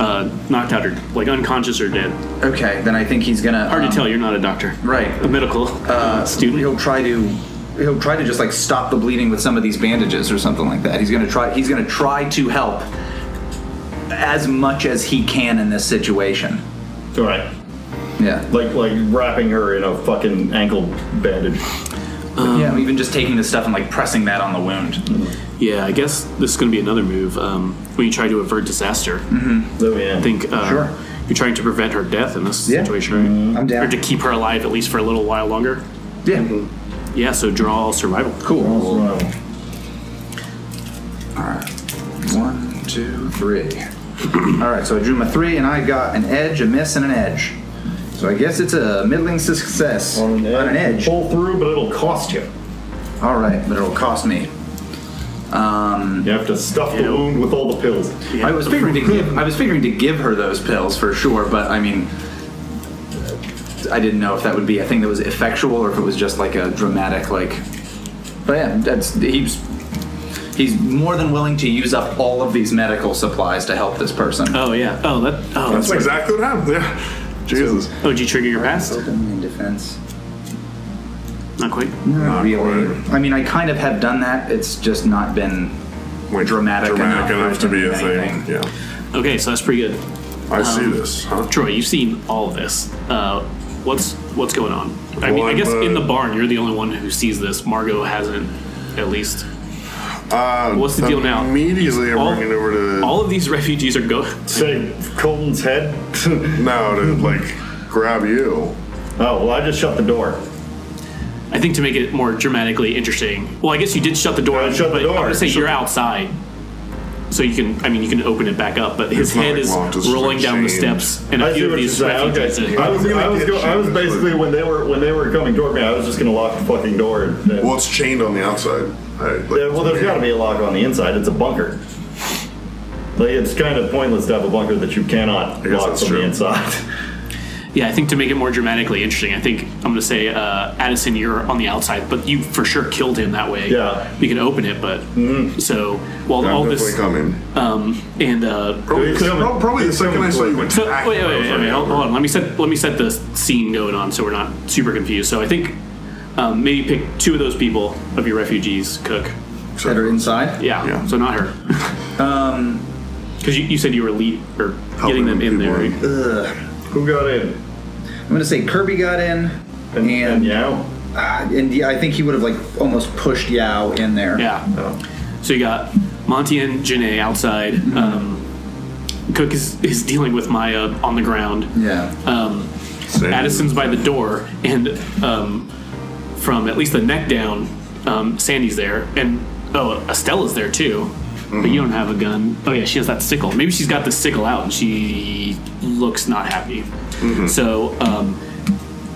S2: uh, knocked out or like unconscious or dead.
S4: okay, then I think he's gonna
S2: Hard
S4: um,
S2: to tell. You're not a doctor,
S4: right?
S2: a medical uh, student.
S4: he'll try to he'll try to just like stop the bleeding with some of these bandages or something like that. He's gonna try he's gonna try to help as much as he can in this situation.
S5: All right.
S4: Yeah.
S5: Like, like wrapping her in a fucking ankle bandage.
S4: yeah, even just taking the stuff and like pressing that on the wound.
S2: Yeah, I guess this is going to be another move um, when you try to avert disaster.
S5: So, yeah.
S2: I think uh,
S4: Sure.
S2: you're trying to prevent her death in this
S4: Yeah. Mm-hmm.
S2: situation, right?
S4: I'm
S2: Or to keep her alive at least for a little while longer.
S4: Yeah.
S2: Yeah, so draw survival.
S4: Cool. Alright. One, two, three. Alright, so I drew my three and I got an edge, a miss, and an edge. So I guess it's a middling success on an edge.
S5: Pull through, but it'll cost you.
S4: Alright, but it'll cost me. Um
S5: You have to stuff
S2: Yeah.
S5: the wound with all the pills.
S2: Yeah.
S4: I was figuring to give I was figuring to give her those pills for sure, but I mean I didn't know if that would be a thing that was effectual or if it was just like a dramatic like But yeah, that's he's he's more than willing to use up all of these medical supplies to help this person.
S2: Oh yeah. Oh that. Oh,
S3: That's
S2: that's
S3: exactly what happened. Yeah. Jesus.
S2: oh, did you trigger your past?
S4: Open in defense.
S2: Not quite.
S4: Not really.
S3: quite.
S4: I mean I kind of have done that. It's just not been
S3: Wait,
S4: Dramatic enough
S3: Dramatic
S4: for
S3: enough
S4: it
S3: to be
S4: to
S3: a
S4: be
S3: thing.
S4: anything.
S3: Yeah.
S2: Okay, so that's pretty good.
S5: Um,
S3: I see this. Huh?
S2: Troy, you've seen all of this. Uh, What's what's going on? I mean, I
S3: Well,
S2: guess
S3: I'm,
S2: in
S3: uh,
S2: the barn, you're the only one who sees this. Margot hasn't, at least.
S3: Uh,
S2: What's the deal now?
S3: Immediately, I'm
S2: All-
S3: walking over to
S2: All of these refugees are going.
S5: Say Colton's head.
S3: now to like grab you.
S5: Oh well, I just shut the door.
S2: I think to make it more dramatically interesting. Well, I guess you did shut the door.
S5: Yeah, I Uh, shut the
S2: but
S5: door.
S2: I'm gonna say
S5: Shut-
S2: you're outside, so you can. I mean, you can open it back up. But his
S3: It's not
S2: head
S3: like
S2: is
S3: locked, it's
S2: rolling
S3: like
S2: down the
S3: chained.
S2: steps, and
S5: I
S2: a
S5: see
S2: few of
S5: what you're
S2: these
S5: saying.
S2: refugees
S5: Okay.
S2: are
S5: I was,
S3: Really
S5: I was,
S3: did
S5: go, I
S3: shoot
S5: was
S3: this
S5: basically
S3: one.
S5: when they were when they were coming toward me. I was just gonna lock the fucking door. And, and-
S3: Well, it's chained on the outside. I, like,
S5: Yeah, well, there's got to be a lock on the inside. It's a bunker. Like, it's kind of pointless to have a bunker that you cannot
S3: I guess
S5: lock
S3: that's
S5: from
S3: true.
S5: the inside.
S2: Yeah, I think to make it more dramatically interesting, I think I'm going to say, uh, Addison, you're on the outside, but you for sure killed him that way.
S5: Yeah.
S2: We can open it, but.
S3: Mm-hmm.
S2: So, while all
S3: I'm definitely
S2: this.
S3: coming.
S2: Um, and. Uh,
S3: Probably,
S5: It's coming.
S3: prob- probably the
S5: It's
S3: second I
S5: coming
S3: saw you
S5: towards
S2: so,
S3: attack.
S2: wait, wait,
S3: I
S2: wait,
S3: was
S2: wait,
S3: like,
S2: hold hold on. Let me set let me set the scene going on so we're not super confused. So I think um, maybe pick two of those people of your refugees, Cook.
S4: that are inside.
S2: Yeah.
S3: Yeah.
S2: So not her,
S4: Um,
S2: because you, you said you were lead or
S3: Helping
S2: getting them in
S3: people
S2: there.
S3: in.
S4: ugh.
S5: Who got in?
S4: I'm gonna say Kirby got in,
S5: And,
S4: and
S5: and
S4: and, uh,
S5: Yao?
S4: yeah, I think he would have like almost pushed Yao in there.
S2: Yeah. So you got Monty and Janae outside. Um, Cook is, is dealing with Maya on the ground.
S4: Yeah.
S2: Um,
S3: Same.
S2: Addison's by the door, and um, from at least the neck down, um, Sandy's there, and oh, Estella's there too. But you don't have a gun. Oh yeah, she has that sickle. Maybe she's got the sickle out, and she looks not happy. So um,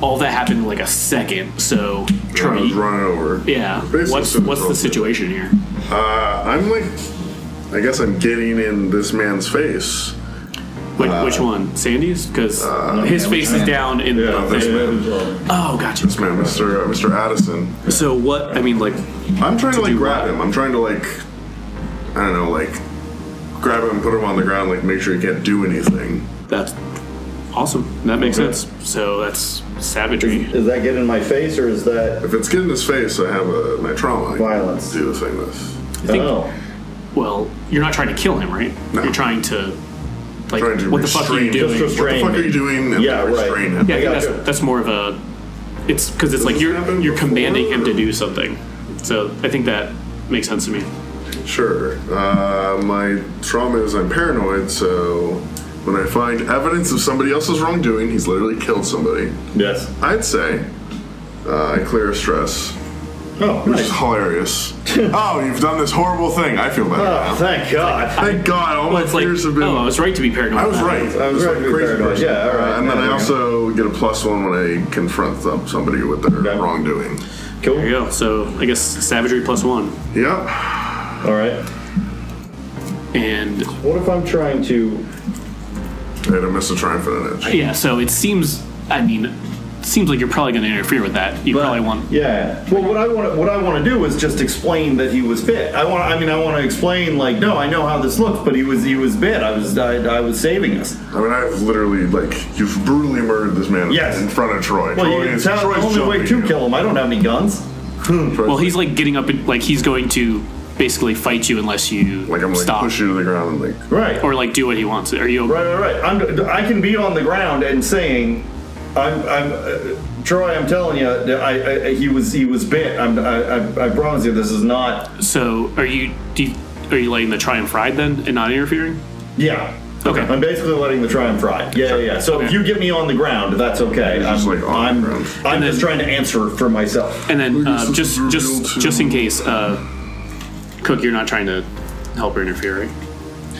S2: all that happened in like a second. So
S3: I was
S2: Troy,
S3: running over.
S2: yeah, what's
S3: Basically, so
S2: what's the
S3: appropriate.
S2: situation here?
S3: Uh, I'm like, I guess I'm getting in this man's face.
S2: Which, which one? Sandy's? Because
S3: Uh,
S2: his face
S4: yeah, which
S2: is
S4: man?
S2: down in
S5: Yeah,
S2: the
S3: this
S2: thing.
S3: man.
S2: Oh, gotcha.
S3: This man, Mr. Uh, Mr. Addison.
S2: So what? I mean, like,
S3: I'm trying to like
S2: do
S3: grab
S2: what?
S3: him. I'm trying to like, I don't know, like grab him, put him on the ground, like make sure he can't do anything.
S2: that's awesome. That makes
S5: Okay.
S2: sense. So that's savagery.
S5: Does that get in my face or is that
S3: If it's getting his face, I have a, my trauma. I can
S5: Violence.
S3: Do the thing with.
S2: I think.
S5: oh?
S2: Well, you're not trying to kill him, right?
S3: No.
S2: You're trying to, like,
S3: Trying to
S2: what the fuck are you
S3: restrain- just
S2: doing?
S5: restrain-
S3: What the fuck are you doing? And
S5: Yeah,
S3: like,
S5: right.
S3: restrain him.
S2: yeah, I think
S5: I gotcha.
S2: that's that's more of a. It's because it's like
S3: this
S2: you're
S3: happen
S2: you're commanding
S3: before?
S2: him to do something. So I think that makes sense to me.
S3: Sure. Uh, my trauma is I'm paranoid, so when I find evidence of somebody else's wrongdoing, he's literally killed somebody.
S5: Yes.
S3: I'd say uh, I clear stress,
S5: Oh,
S3: which is hilarious. oh, you've done this horrible thing. I feel better now.
S5: Oh, thank God.
S3: Thank God, all
S2: Well,
S3: my
S2: it's like,
S3: fears have been.
S2: oh, I was right to be paranoid.
S3: I was
S2: about
S3: right.
S2: that.
S5: I was
S3: It's
S5: right
S3: like
S5: to be
S3: crazy
S5: paranoid.
S3: person.
S5: Yeah, all right.
S3: Uh, and then
S5: Yeah,
S3: I
S5: yeah.
S3: also get a plus one when I confront them, somebody with their
S5: Okay.
S3: wrongdoing.
S5: Cool.
S2: There you go. So I guess savagery plus one,
S3: Yep.
S5: All right.
S2: and
S5: What if I'm trying to?
S3: I had a miss a triumph and an edge.
S2: yeah. So it seems. I mean, it seems like you're probably going to interfere with that. You probably want.
S5: Yeah. Well, what I want what I want to do is just explain that he was bit. I want. I mean, I want to explain like, no, I know how this looks, but he was he was bit. I was I, I was saving us.
S3: I mean, I've literally, like, you've brutally murdered this man
S5: Yes.
S3: in front of Troy.
S5: Well,
S3: Troy
S5: you can
S3: is-
S5: tell the
S3: Troy's
S5: only way to
S3: jumping you.
S5: kill him. I don't have any guns.
S3: Troy's
S2: Well, he's like getting up, and like he's going to basically fight you unless you
S3: like, I'm like,
S2: stop
S3: push you to the ground and, like,
S5: Right.
S2: or like do what he wants. Are you?
S5: Right, right, right. I'm, I can be on the ground and saying, "I'm, I'm uh, Troy. I'm telling you, I, I, he was, he was bit. I'm, I, I, I promise you, this is not.
S2: So are you? Do you, are you letting the triumph ride then and not interfering?
S5: Yeah.
S2: Okay.
S5: I'm basically letting the try and fry. Yeah, yeah, yeah. So if
S2: Okay.
S5: you get me on the ground, that's okay. I'm,
S3: just, like, on the
S5: I'm,
S3: ground.
S5: I'm
S2: And
S5: just
S2: then-
S5: trying to answer for myself.
S2: And then
S3: Look,
S2: uh,
S3: this is
S2: just
S3: real
S2: just
S3: too.
S2: just in case, uh, Cook, you're not trying to help or interfere right?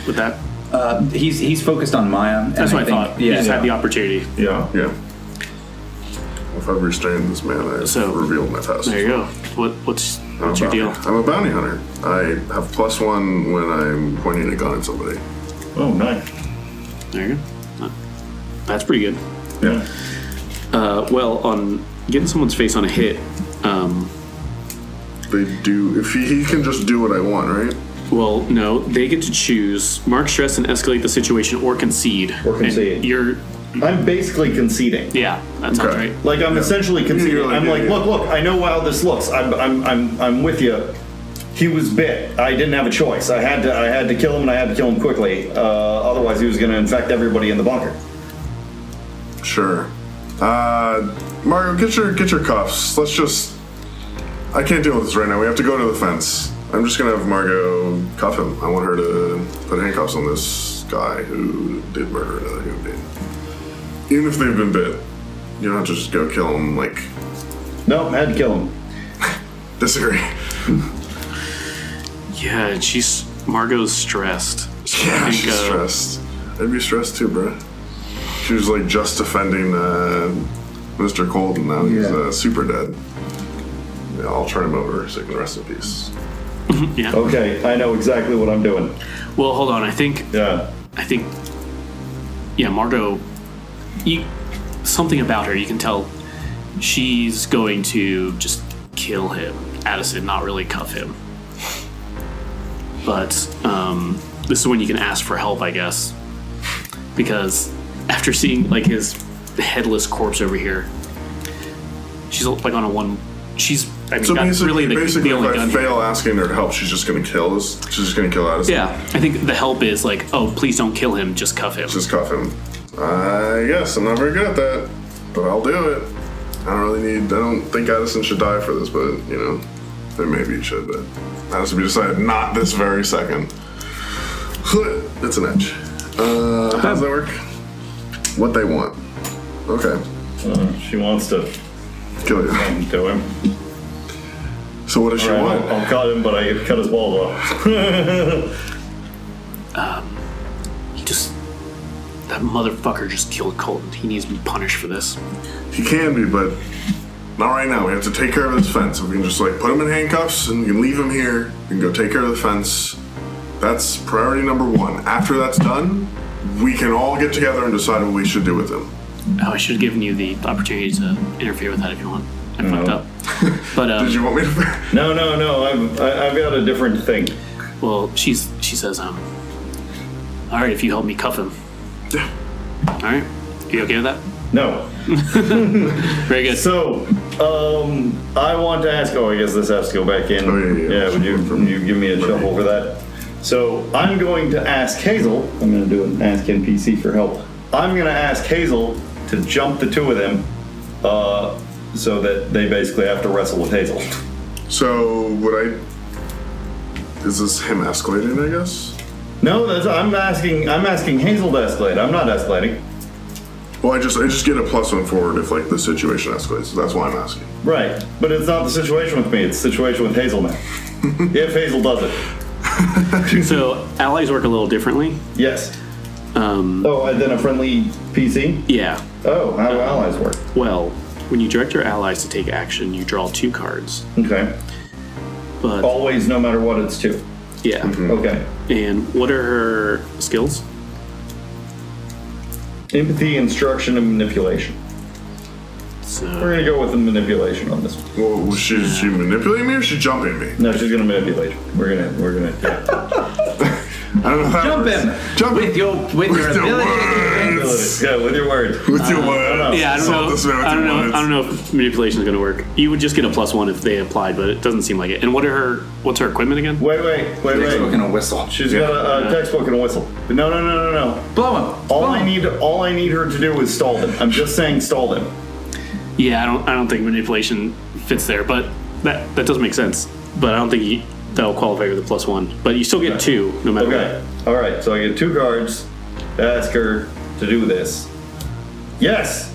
S2: with that.
S4: Uh, he's he's focused on Maya. and
S2: That's what I,
S4: think-
S2: thought.
S4: Yeah.
S2: you just had the opportunity.
S5: Yeah.
S3: yeah. If I've restrained this man, I've
S2: So-
S3: revealed my past.
S2: There you go. What what's
S3: I'm a
S2: what's your
S3: bounty-
S2: deal?
S3: I'm a bounty hunter. I have plus one when I'm pointing a gun at somebody.
S5: Oh, nice.
S2: There you go. Uh, That's pretty good.
S5: Yeah.
S2: Uh, well, on getting someone's face on a hit. Um,
S3: They do. If he, he can just do what I want, right?
S2: Well, no, they get to choose mark stress and escalate the situation or concede.
S5: Or
S2: And
S5: concede.
S2: you're,
S5: I'm basically conceding.
S2: yeah, that sounds
S3: Okay.
S2: right.
S5: Like I'm essentially conceding.
S3: Yeah, yeah,
S5: I'm
S3: yeah,
S5: like,
S3: yeah.
S5: look, look. I know how this looks. I'm, I'm, I'm, I'm with you. He was bit. I didn't have a choice. I had to, I had to kill him, and I had to kill him quickly. Uh, otherwise, he was going to infect everybody in the bunker.
S3: Sure. Uh, Mario, get your get your cuffs. Let's just. I can't deal with this right now. We have to go to the fence. I'm just gonna have Margot cuff him. I want her to put handcuffs on this guy who did murder another human being. Even if they've been bit, you don't have to just go kill him. Like,
S5: Nope, had to kill him.
S3: disagree.
S2: Yeah, and she's Margot's stressed.
S3: Yeah, she's
S2: uh,
S3: stressed. I'd be stressed too, bro. She was like just defending uh, Mr. Cold, and now he's
S4: Yeah.
S3: uh, super dead. Yeah, I'll turn him over so he can rest in peace.
S2: Yeah.
S5: Okay, I know exactly what I'm doing.
S2: Well, hold on. I think
S5: Yeah.
S2: I think yeah, Margot you, something about her, you can tell she's going to just kill him. Addison, not really cuff him. But um, this is when you can ask for help, I guess. Because after seeing like his headless corpse over here, she's like on a one she's I mean
S3: So
S2: got
S3: basically,
S2: really the,
S3: basically
S2: the only
S3: if I
S2: gun.
S3: fail asking her to help, she's just gonna kill us. She's just gonna kill Addison.
S2: Yeah, I think the help is like, oh, please don't kill him, just cuff him.
S3: Just cuff him. I guess I'm not very good at that, but I'll do it. I don't really need. I don't think Addison should die for this, but you know, there maybe it should. But that has to be decided not this very second. That's an edge. Uh, how does that work? What they want. Okay,
S5: Uh, she wants to um,
S3: kill you.
S5: do him.
S3: So what does she
S5: Right,
S3: want?
S5: I'll, I'll cut him, but I cut his balls off.
S2: He just that motherfucker just killed Colton. He needs to be punished for this.
S3: He can be, but not right now. We have to take care of this fence. We can just like put him in handcuffs and we can leave him here. We can go take care of the fence. That's priority number one. After that's done, we can all get together and decide what we should do with him.
S2: Oh, I should have given you the opportunity to interfere with that if you want. I fucked up. But um,
S3: Did you want me to?
S5: no, no, no. I've I, I've got a different thing.
S2: well, she's she says, um, all right, if you help me cuff him,
S3: Yeah.
S2: all right. You okay with that?
S5: No.
S2: Very good.
S5: So, um, I want to ask. Oh, I guess this has to go back in.
S3: Oh, yeah, yeah.
S5: would you
S3: From-
S5: you give me a shovel for that? So I'm going to ask Hazel. I'm going to do an ask NPC for help. I'm going to ask Hazel to jump the two of them, uh, so that they basically have to wrestle with Hazel.
S3: So would I? Is this him escalating? I guess.
S5: No, that's I'm asking. I'm asking Hazel to escalate. I'm not escalating.
S3: Well, I just I just get a plus one forward if like the situation escalates. That's why I'm asking.
S5: Right, but it's not the situation with me. It's the situation with Hazel now. if Hazel does it,
S2: So allies work a little differently.
S5: yes.
S2: Um,
S5: Oh, and then a friendly PC.
S2: yeah.
S5: Oh, how do allies work?
S2: Well, when you direct your allies to take action, you draw two cards.
S5: Okay.
S2: But
S5: Always, no matter what, it's two.
S2: yeah.
S3: Mm-hmm.
S5: Okay.
S2: And what are her skills?
S5: Empathy, instruction, and manipulation. We're
S2: So
S5: gonna go with the manipulation on this. one.
S3: Well, was she she manipulating me or is she jumping me?
S5: No, she's gonna manipulate. We're gonna, we're gonna. yeah.
S3: I don't know. How
S4: Jump
S3: that
S4: him
S3: works. Jump
S4: with your with your
S3: With your
S4: ability.
S3: words.
S5: Yeah, with your word.
S3: With your words.
S2: yeah, I don't
S3: Insult
S2: know.
S3: this man with
S2: I don't
S3: your
S2: know.
S3: words.
S2: I don't know if manipulation is going to work. You would just get a plus one if they applied, but it doesn't seem like it. And what are her? What's her equipment again?
S5: Wait, wait, wait,
S4: Textbook
S5: wait.
S4: and a whistle.
S5: She's got a, a textbook and a whistle. No, no, no, no, no.
S4: Blow him.
S5: All
S4: Blow
S5: I
S4: him.
S5: need, all I need her to do is stall them. I'm just saying, stall them.
S2: Yeah, I don't. I don't think manipulation fits there, but that that does make sense. But I don't think you, that'll qualify with a plus one. But you still get two no matter
S5: Okay. All right. So I get two cards. Ask her to do this. Yes.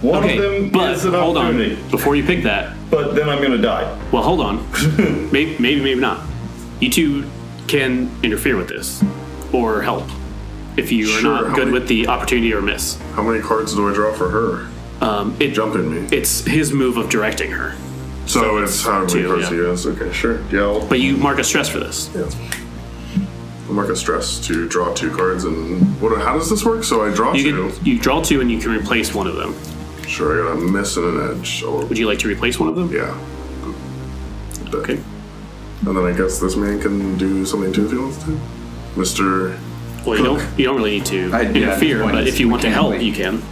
S5: One
S2: what. Okay,
S5: of them
S2: but
S5: is an
S2: hold on.
S5: opportunity.
S2: Before you pick that,
S5: But then I'm gonna die.
S2: well, hold on. maybe, maybe, maybe not. You two can interfere with this or help if you are
S3: Sure,
S2: not
S3: help
S2: good
S3: me.
S2: with the opportunity or miss.
S3: How many cards do I draw for her?
S2: Um, it,
S3: Jumping me.
S2: It's his move of directing her.
S3: So, it's how many
S2: two,
S3: cards
S2: yeah.
S3: you guys? Okay, sure. Yeah, I'll,
S2: But you mark a stress for this.
S3: yeah. I'll mark a stress to draw two cards. And what? How does this work? So I draw
S2: You
S3: two.
S2: can you draw two and you can replace one of them.
S3: Sure, I got a miss and an edge. I'll-
S2: Would you like to replace one of them?
S3: yeah.
S2: Okay.
S3: And then I guess this man can do something too if he wants to. Mister,
S2: Well, you don't you don't really need to
S4: I- yeah,
S2: interfere,
S4: the point
S2: but
S4: is
S2: if you want to help,
S4: mechanically.
S2: you can.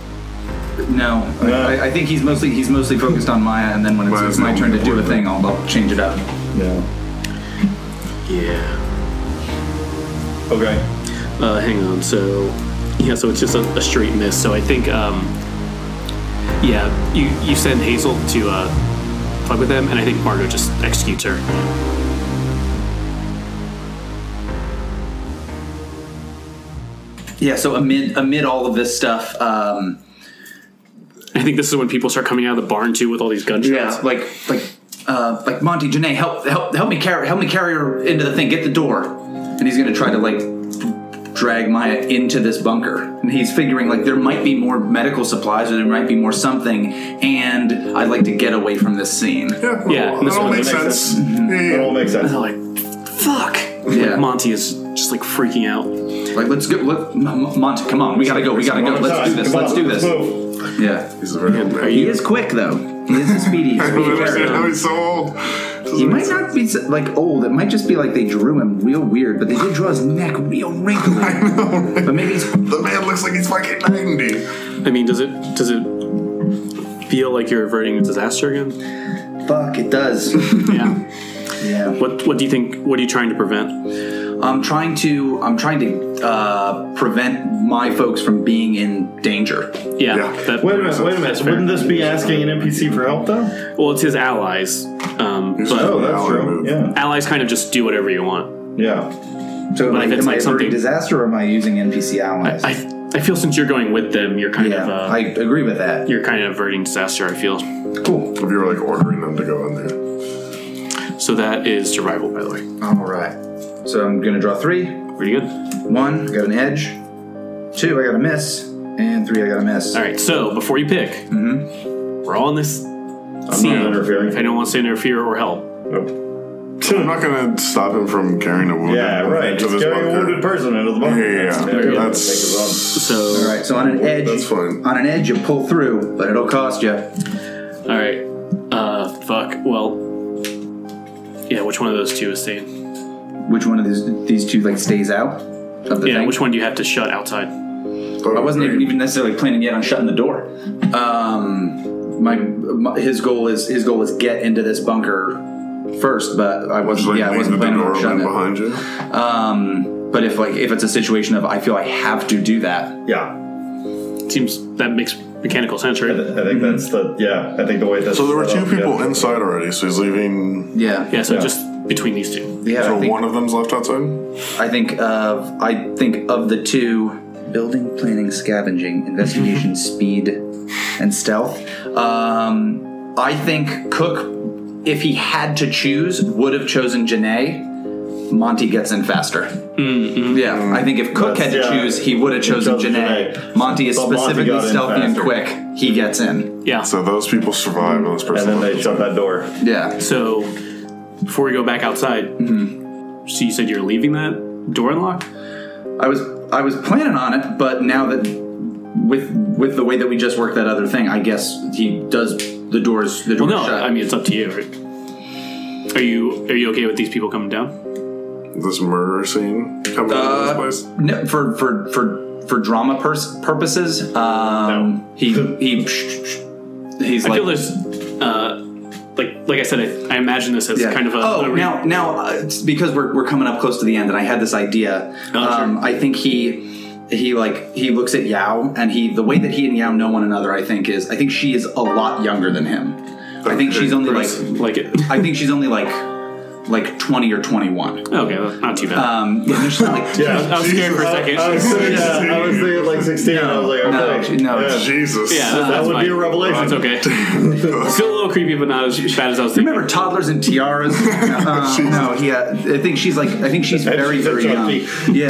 S4: No, I- I, I think he's mostly he's mostly focused on Maya, and then when it's,
S3: Maya's
S4: it's my
S3: the
S4: turn to
S3: only
S4: do a
S3: important
S4: thing, I'll, I'll change it up.
S5: No.
S2: Yeah.
S5: Okay.
S2: Uh, hang on. So yeah, so it's just a, a straight miss. So I think um, Yeah, you, you send Hazel to uh, fuck with them, and I think Margot just executes her.
S4: Yeah. So amid amid all of this stuff, um,
S2: I think this is when people start coming out of the barn too with all these gunshots.
S4: yeah, like like uh, like Monty, Janae, help help help me carry help me carry her into the thing. Get the door, and he's gonna try to like drag Maya into this bunker. And he's figuring like there might be more medical supplies or there might be more something, and I'd like to get away from this scene.
S3: Yeah, well,
S2: Yeah, this
S3: that
S4: Oh.
S3: all
S2: one
S3: makes
S5: makes
S3: sense. Yeah, yeah,
S5: It all
S3: yeah.
S5: makes sense.
S2: And they're like, fuck.
S4: Yeah.
S2: Monty is just like freaking out.
S4: Like let's go. Let, M- M- Monty, come on, we gotta go. We gotta go. Let's do this. Let's do this.
S5: this.
S4: Yeah.
S3: He's a very old man.
S4: He is quick though. He is speedy. He's
S3: I don't
S4: very
S3: understand
S4: fast.
S3: how he's so old.
S4: He might not be so- like old. It might just be like they drew him real weird, but they did draw his neck real wrinkly. But maybe he's
S3: The man looks like he's fucking 90.
S2: I mean, does it does it feel like you're averting a disaster again?
S4: fuck. It does.
S2: Yeah.
S4: yeah.
S2: what What do you think? What are you trying to prevent?
S4: I'm trying to. I'm trying to uh, prevent my folks from being in danger.
S2: Yeah.
S3: Yeah.
S2: That,
S5: Wait a minute, wait a minute.
S2: that's fair.
S5: Wouldn't this be asking an NPC for help, though?
S2: Well, it's his allies, um,
S3: He's
S2: but
S5: Oh,
S3: an
S5: that's
S3: hour
S5: true.
S3: move.
S5: Yeah.
S2: allies kind of just do whatever you want.
S5: Yeah.
S4: So
S2: But
S4: like,
S2: if it's
S4: am
S2: like
S4: I
S2: something-
S4: averting disaster or am I using NPC allies?
S2: I I feel since you're going with them, you're kind
S4: yeah,
S2: of uh,
S4: I agree with that.
S2: you're kind of averting disaster. I feel.
S4: Cool.
S3: If you were like ordering them to go in there.
S2: So that is survival, by the way.
S4: All right. So I'm gonna draw three.
S2: Pretty good.
S4: One, I got an edge. Two, I got a miss. And three, I got a miss.
S2: All right. So before you pick, we're all in this
S5: I'm
S2: scene.
S5: not interfering.
S2: If anyone wants to interfere or help,
S3: I'm not gonna stop him from carrying a wounded
S5: Yeah,
S3: man
S5: right.
S3: into
S5: Just
S3: this
S5: carry a
S3: bunker.
S5: wounded person into the
S3: Yeah,
S5: bunker.
S3: yeah,
S5: There
S3: yeah.
S5: you go.
S3: That's
S2: so
S4: All right, so on an edge,
S3: that's fine.
S4: on an edge, you pull through, but it'll cost you.
S2: All right. Uh, fuck. Well, yeah. Which one of those two is staying?
S4: Which one of these these two like stays out of the
S2: Yeah.
S4: thing?
S2: Which one do you have to shut outside?
S4: I wasn't even, even necessarily planning yet on shutting the door. Um, my, my his goal is his goal is get into this bunker first, but I
S3: Just
S4: wasn't.
S3: like
S4: yeah, I
S3: leave the
S4: wasn't planning
S3: door
S4: on
S3: open
S4: shutting it.
S3: behind you.
S4: Um, but if like if it's a situation of I feel I have to do that,
S5: Yeah.
S2: Seems that makes mechanical sense,
S5: I
S4: Uh,
S2: right?
S5: th- I think that's the, yeah, I think the way that's.
S3: Mhm. So there were
S5: set
S3: two
S5: up,
S3: people
S5: yeah.
S3: inside already, so he's leaving.
S4: yeah,
S2: Yeah. So
S5: Yeah.
S2: just between these two.
S4: yeah.
S3: So
S4: I think,
S3: one of them's left outside?
S4: I think of I think of the two building, planning, scavenging, investigation, speed, and stealth. Um, I think Cook, if he had to choose, would have chosen Janae. Monty gets in faster. Yeah, I think if
S5: That's-
S4: Cook had to
S5: yeah.
S4: choose, he would have chosen
S5: chose
S4: Janae.
S5: Janae.
S4: Monty is
S5: But Monty
S4: specifically
S5: got in
S4: stealthy and
S5: faster.
S4: quick. He gets in.
S2: Yeah.
S3: So those people survive and this
S5: And
S3: person
S5: then they
S3: left
S5: shut that door.
S4: Yeah.
S2: So before we go back outside,
S4: Mm-hmm.
S2: so you said you're leaving that door unlocked.
S4: I was I was planning on it, but now that with with the way that we just worked that other thing, I guess he does the doors the
S2: Well,
S4: doors
S2: no.
S4: shut.
S2: I mean, it's up to you. Right? Are you Are you okay with these people coming down?
S3: this murder scene coming out
S4: Uh,
S3: of this place.
S4: no, for for for for drama pers- purposes, um, he he he's
S2: I
S4: like
S2: feel there's, uh, like like I said, I, I imagine this as
S4: Yeah.
S2: kind of a.
S4: oh
S2: a re-
S4: now now uh, it's because we're, we're coming up close to the end and i had this idea
S2: Oh,
S4: um, i think he he like he looks at yao and he the way that he and yao know one another i think is i think she is a lot younger than him
S2: Oh,
S4: i think she's only like
S2: like it.
S4: i think she's only like like 20 or 21
S2: Okay, that's not too bad.
S4: um yeah, no, she's not like
S5: Yeah.
S2: I was scared for a second.
S5: I was saying, yeah, I was saying like 16. I was like,
S4: no,
S5: okay.
S4: no.
S5: Yeah.
S3: Jesus.
S2: Yeah, that,
S5: That
S2: that's
S5: would
S2: fine.
S5: be a revelation.
S2: That's okay. Still a little creepy, but not as bad as I was thinking.
S4: Remember toddlers and tiaras? Uh, no, yeah, I think she's like, I think she's very,
S5: she's a
S4: very young.
S5: junkie.
S4: Yeah.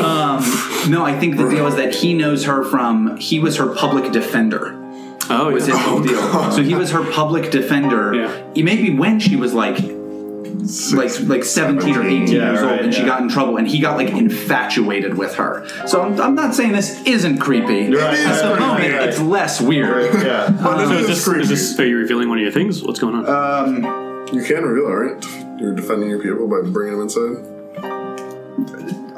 S4: Um, no, I think the deal is that he knows her from he was her public defender.
S2: oh,
S4: Was his
S2: yeah.
S4: whole deal. So he was her public defender.
S2: Yeah.
S4: He- Maybe when she was like, like, like seventeen or eighteen
S5: Yeah,
S4: years
S5: right,
S4: old, and she
S5: yeah.
S4: got in trouble, and he got like infatuated with her. So I'm, I'm not saying this isn't creepy.
S5: right,
S4: At the
S2: Oh,
S5: right,
S4: moment,
S5: right, right.
S4: it's less weird.
S5: Yeah.
S3: But this
S2: So is
S3: is
S2: this,
S3: creepy.
S2: is this, are you revealing one of your things? What's going on?
S5: Uh,
S3: you can reveal it, right? You're defending your people by bringing them inside.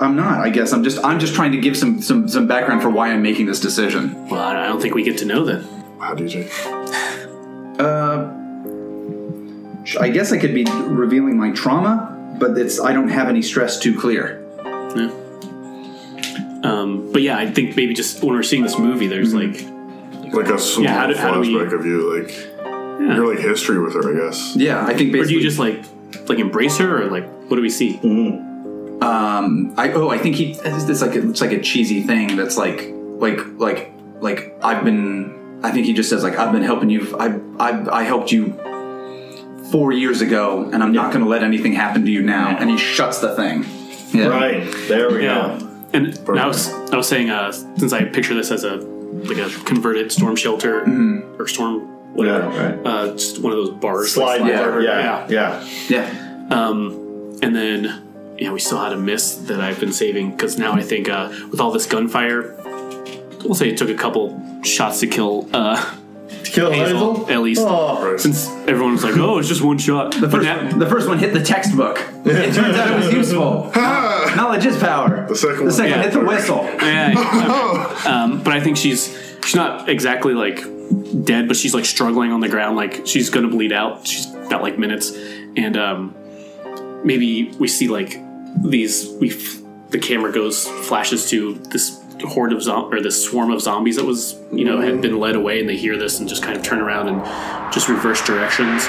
S4: I'm not. I guess I'm just I'm just trying to give some some some background for why I'm making this decision.
S2: well, I I don't think we get to know them.
S3: Wow, DJ.
S4: Uh, sh- I guess I could be revealing my trauma, but it's I don't have any stress to clear.
S5: Mm-hmm.
S2: Um, but yeah, I think maybe just when we're seeing this movie, there's like
S3: Like a small
S2: Yeah, how do- how do we-
S3: flashback of you, like your like history with her, I guess.
S4: Yeah, I think
S2: Or do
S4: basically.
S2: you just like like embrace her, or like what do we see?
S4: um, I oh, I think he. It's it's like a, it's like a cheesy thing that's like like like like I've been. I think he just says like I've been helping you. I I I helped you four years ago, and I'm not going to let anything happen to you now. And he shuts the thing. Yeah.
S5: Right. There we
S2: Yeah.
S5: go.
S2: And I was I was saying uh, since I picture this as a like a converted storm shelter or storm whatever,
S5: Mm-hmm. Yeah, right.
S2: uh, just one of those bars, like
S5: Slide. Yeah. Yeah.
S2: yeah.
S5: Yeah.
S4: Yeah.
S2: And then yeah, we still had a miss that I've been saving because now I think uh, with all this gunfire, we'll say it took a couple shots to kill uh,
S5: Kill
S2: Hazel,
S5: Hazel?
S2: at least.
S5: Oh.
S2: Since everyone was like, "Oh, it's just one shot,"
S4: The
S2: but
S4: first,
S2: now,
S4: the first one hit the textbook. It turns out it was useful. Knowledge is power.
S3: The second
S4: The
S3: one-
S4: second
S2: Yeah.
S4: hit the whistle.
S2: Yeah, yeah, okay. um, but I think she's she's not exactly like dead, but she's like struggling on the ground, like she's gonna bleed out. She's got like minutes, and um, maybe we see like these. We f- the camera goes flashes to this horde of zom- or this swarm of zombies that was you know had been led away, and they hear this and just kind of turn around and just reverse directions.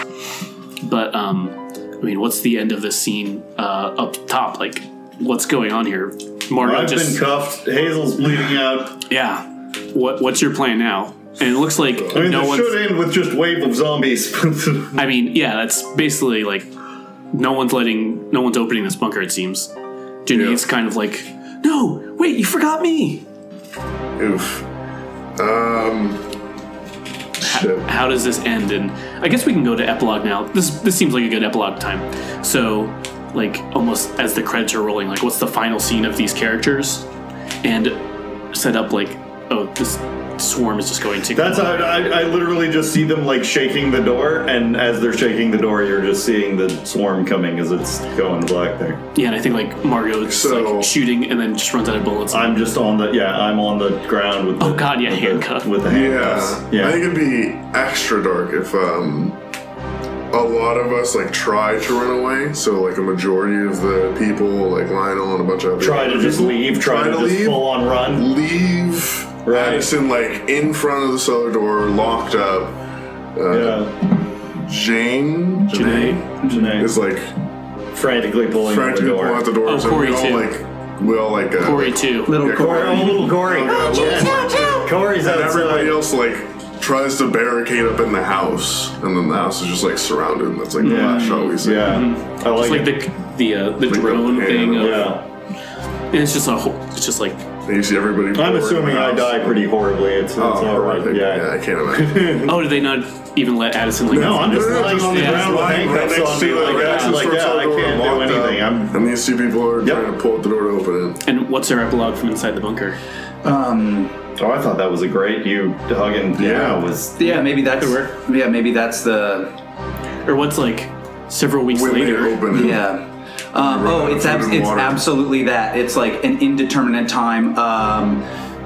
S2: But um, I mean, what's the end of this scene uh, up top? Like, what's going on here? Margo
S5: I've
S2: just
S5: been cuffed. Hazel's bleeding out.
S2: yeah. What what's your plan now? And it looks like
S5: I mean,
S2: no
S5: this
S2: one's.
S5: should end with just wave of zombies.
S2: I mean, yeah, that's basically like no one's letting, no one's opening this bunker. It seems. Janine's kind of like, no, wait, you forgot me.
S3: Oof. Um. Shit.
S2: How does this end? And I guess we can go to epilogue now. This this seems like a good epilogue time. So, like almost as the credits are rolling, like what's the final scene of these characters, and set up like, oh, this swarm is just going to.
S5: That's how I, I literally just see them like shaking the door, and as they're shaking the door, you're just seeing the swarm coming as it's going black there.
S2: yeah, and I think like Margot's
S3: So-
S2: like shooting and then just runs out of bullets.
S5: I'm just on the yeah, I'm on the ground with the,
S2: Oh, God, yeah,
S5: with the-
S2: handcuffed.
S5: with the handcuffs.
S3: Yeah.
S5: Yeah,
S3: I think it'd be extra dark if um a lot of us like tried to run away. So like a majority of the people, like Lionel and a bunch of other
S5: try to just leave, try, to, just
S3: leave.
S5: full on run.
S3: leave
S5: Right.
S3: Addison like in front of the cellar door, locked up. Uh,
S5: Yeah,
S3: Jane,
S2: Janae.
S5: Janae
S3: is like
S5: frantically pulling on the
S3: frantically pulling
S5: door.
S3: out the door.
S2: Oh,
S3: so
S2: Corey
S3: we all
S2: too.
S3: like we all like uh,
S2: Corey too.
S4: Little
S3: Yeah,
S4: Corey.
S5: Oh, little Gory.
S3: Oh, yeah,
S5: Corey's
S3: and
S5: outside.
S3: everybody else like tries to barricade up in the house, and then the house is just like surrounded. and That's like the
S5: Yeah.
S3: last shot we see.
S5: Yeah, I
S2: It's
S5: like,
S2: like
S5: it.
S2: the the uh, the drone
S3: yeah,
S2: thing. Of,
S5: yeah,
S2: and it's just a whole, it's just like
S3: And you see everybody.
S5: I'm
S3: pouring in
S5: assuming
S3: the
S5: I
S3: house.
S5: die pretty horribly. It's,
S3: Oh,
S5: it's all right.
S3: horrific.
S5: Yeah.
S3: yeah, I can't imagine.
S2: oh, did they not even let Addison like?
S5: No, I'm just
S3: No, no,
S5: lying
S3: just
S5: on the
S2: lying
S5: ground with
S3: Lying right
S5: handcuffs
S3: next
S5: on
S3: to
S5: me.
S3: you,
S5: Like,
S3: right
S5: that.
S3: next
S5: like
S3: to the
S5: yeah, I
S3: door,
S5: can't do
S3: locked up,
S5: anything. I'm
S3: And these two people are
S5: Yep.
S3: trying to pull up the door to open it.
S2: And what's their epilogue from inside the bunker?
S4: Um,
S5: Oh, I thought that was a great you hugging. Yeah, was
S4: yeah, maybe that's
S2: Could work.
S4: yeah, maybe that's the
S2: Or what's like several weeks
S3: When they
S2: later?
S3: open it,
S4: Yeah. Um,
S3: Right,
S4: oh, it's
S3: food
S4: abs-
S3: and
S4: it's
S3: water.
S4: absolutely that. It's like an indeterminate time. Um,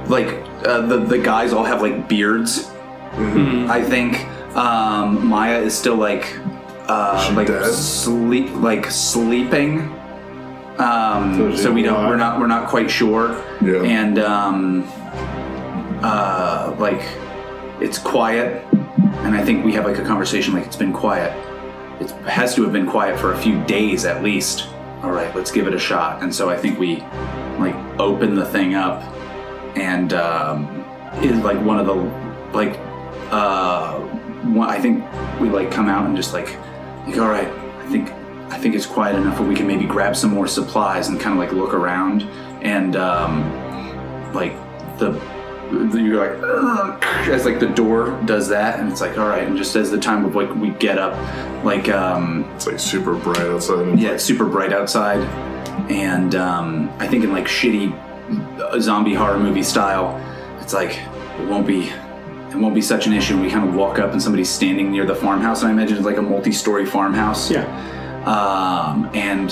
S4: like uh, the the guys all have like beards.
S3: Mm-hmm.
S4: I think um, Maya is still like uh,
S3: She
S4: like
S3: dead?
S4: sleep like sleeping. Um,
S5: So
S4: so we
S5: she's
S4: don't we're
S5: alive.
S4: not we're not quite sure.
S3: Yeah.
S4: And um, uh, like it's quiet, and I think we have like a conversation like it's been quiet it has to have been quiet for a few days at least. All right, let's give it a shot. And so I think we like open the thing up, and um, is like one of the like uh, one, I think we like come out and just like like all right, I think I think it's quiet enough where we can maybe grab some more supplies and kind of like look around and um, like the you're like "Ugh," as like the door does that and it's like all right and just as the time of like we get up like um
S3: it's like super bright outside. And
S4: yeah it's super bright outside and um i think in like shitty uh, zombie horror movie style it's like it won't be it won't be such an issue we kind of walk up and somebody's standing near the farmhouse and i imagine it's like a multi-story farmhouse
S2: Yeah,
S4: um, and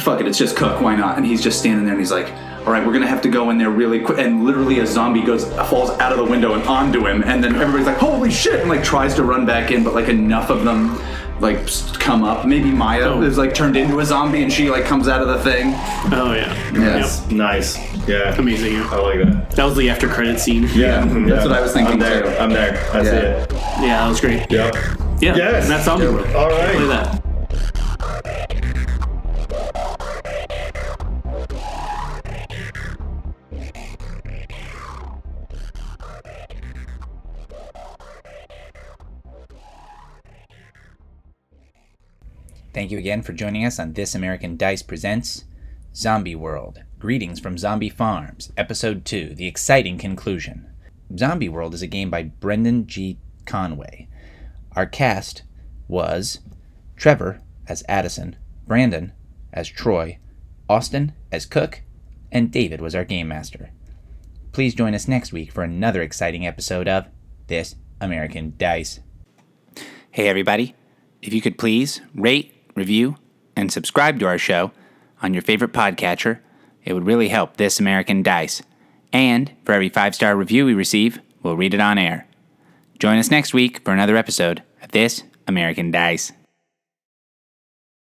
S4: fuck it, it's just Cook. Why not? And he's just standing there, and he's like, "All right, we're gonna have to go in there really quick." And literally, a zombie goes falls out of the window and onto him, and then everybody's like, "Holy shit!" and like tries to run back in, but like enough of them like s- come up. Maybe Maya
S2: Oh.
S4: is like turned into a zombie and she like comes out of the thing.
S2: Oh yeah.
S4: Yes.
S2: Yep.
S5: Nice. Yeah.
S2: Amazing.
S5: I like that.
S2: That was the after credit scene. Yeah.
S5: Yeah.
S4: that's what I was thinking
S5: I'm there.
S4: too.
S5: I'm there. I see
S4: Yeah.
S5: it.
S2: that was great.
S5: Yep.
S2: Yeah.
S5: Yes.
S2: And that's zombie
S5: Yep.
S2: world.
S5: All
S2: Play
S5: right.
S2: that.
S1: Thank you again for joining us on This American Dice Presents Zombie World Greetings from Zombie Farms, Episode 2 The Exciting Conclusion. Zombie World is a game by Brendan G. Conway. Our cast was Trevor as Addison, Brandon as Troy, Austin as Cook, and David was our game master. Please join us next week for another exciting episode of This American Dice. Hey, everybody. If you could please rate, review, and subscribe to our show on your favorite podcatcher, it would really help This American Dice. And for every five star review we receive, we'll read it on air. Join us next week for another episode of This American Dice.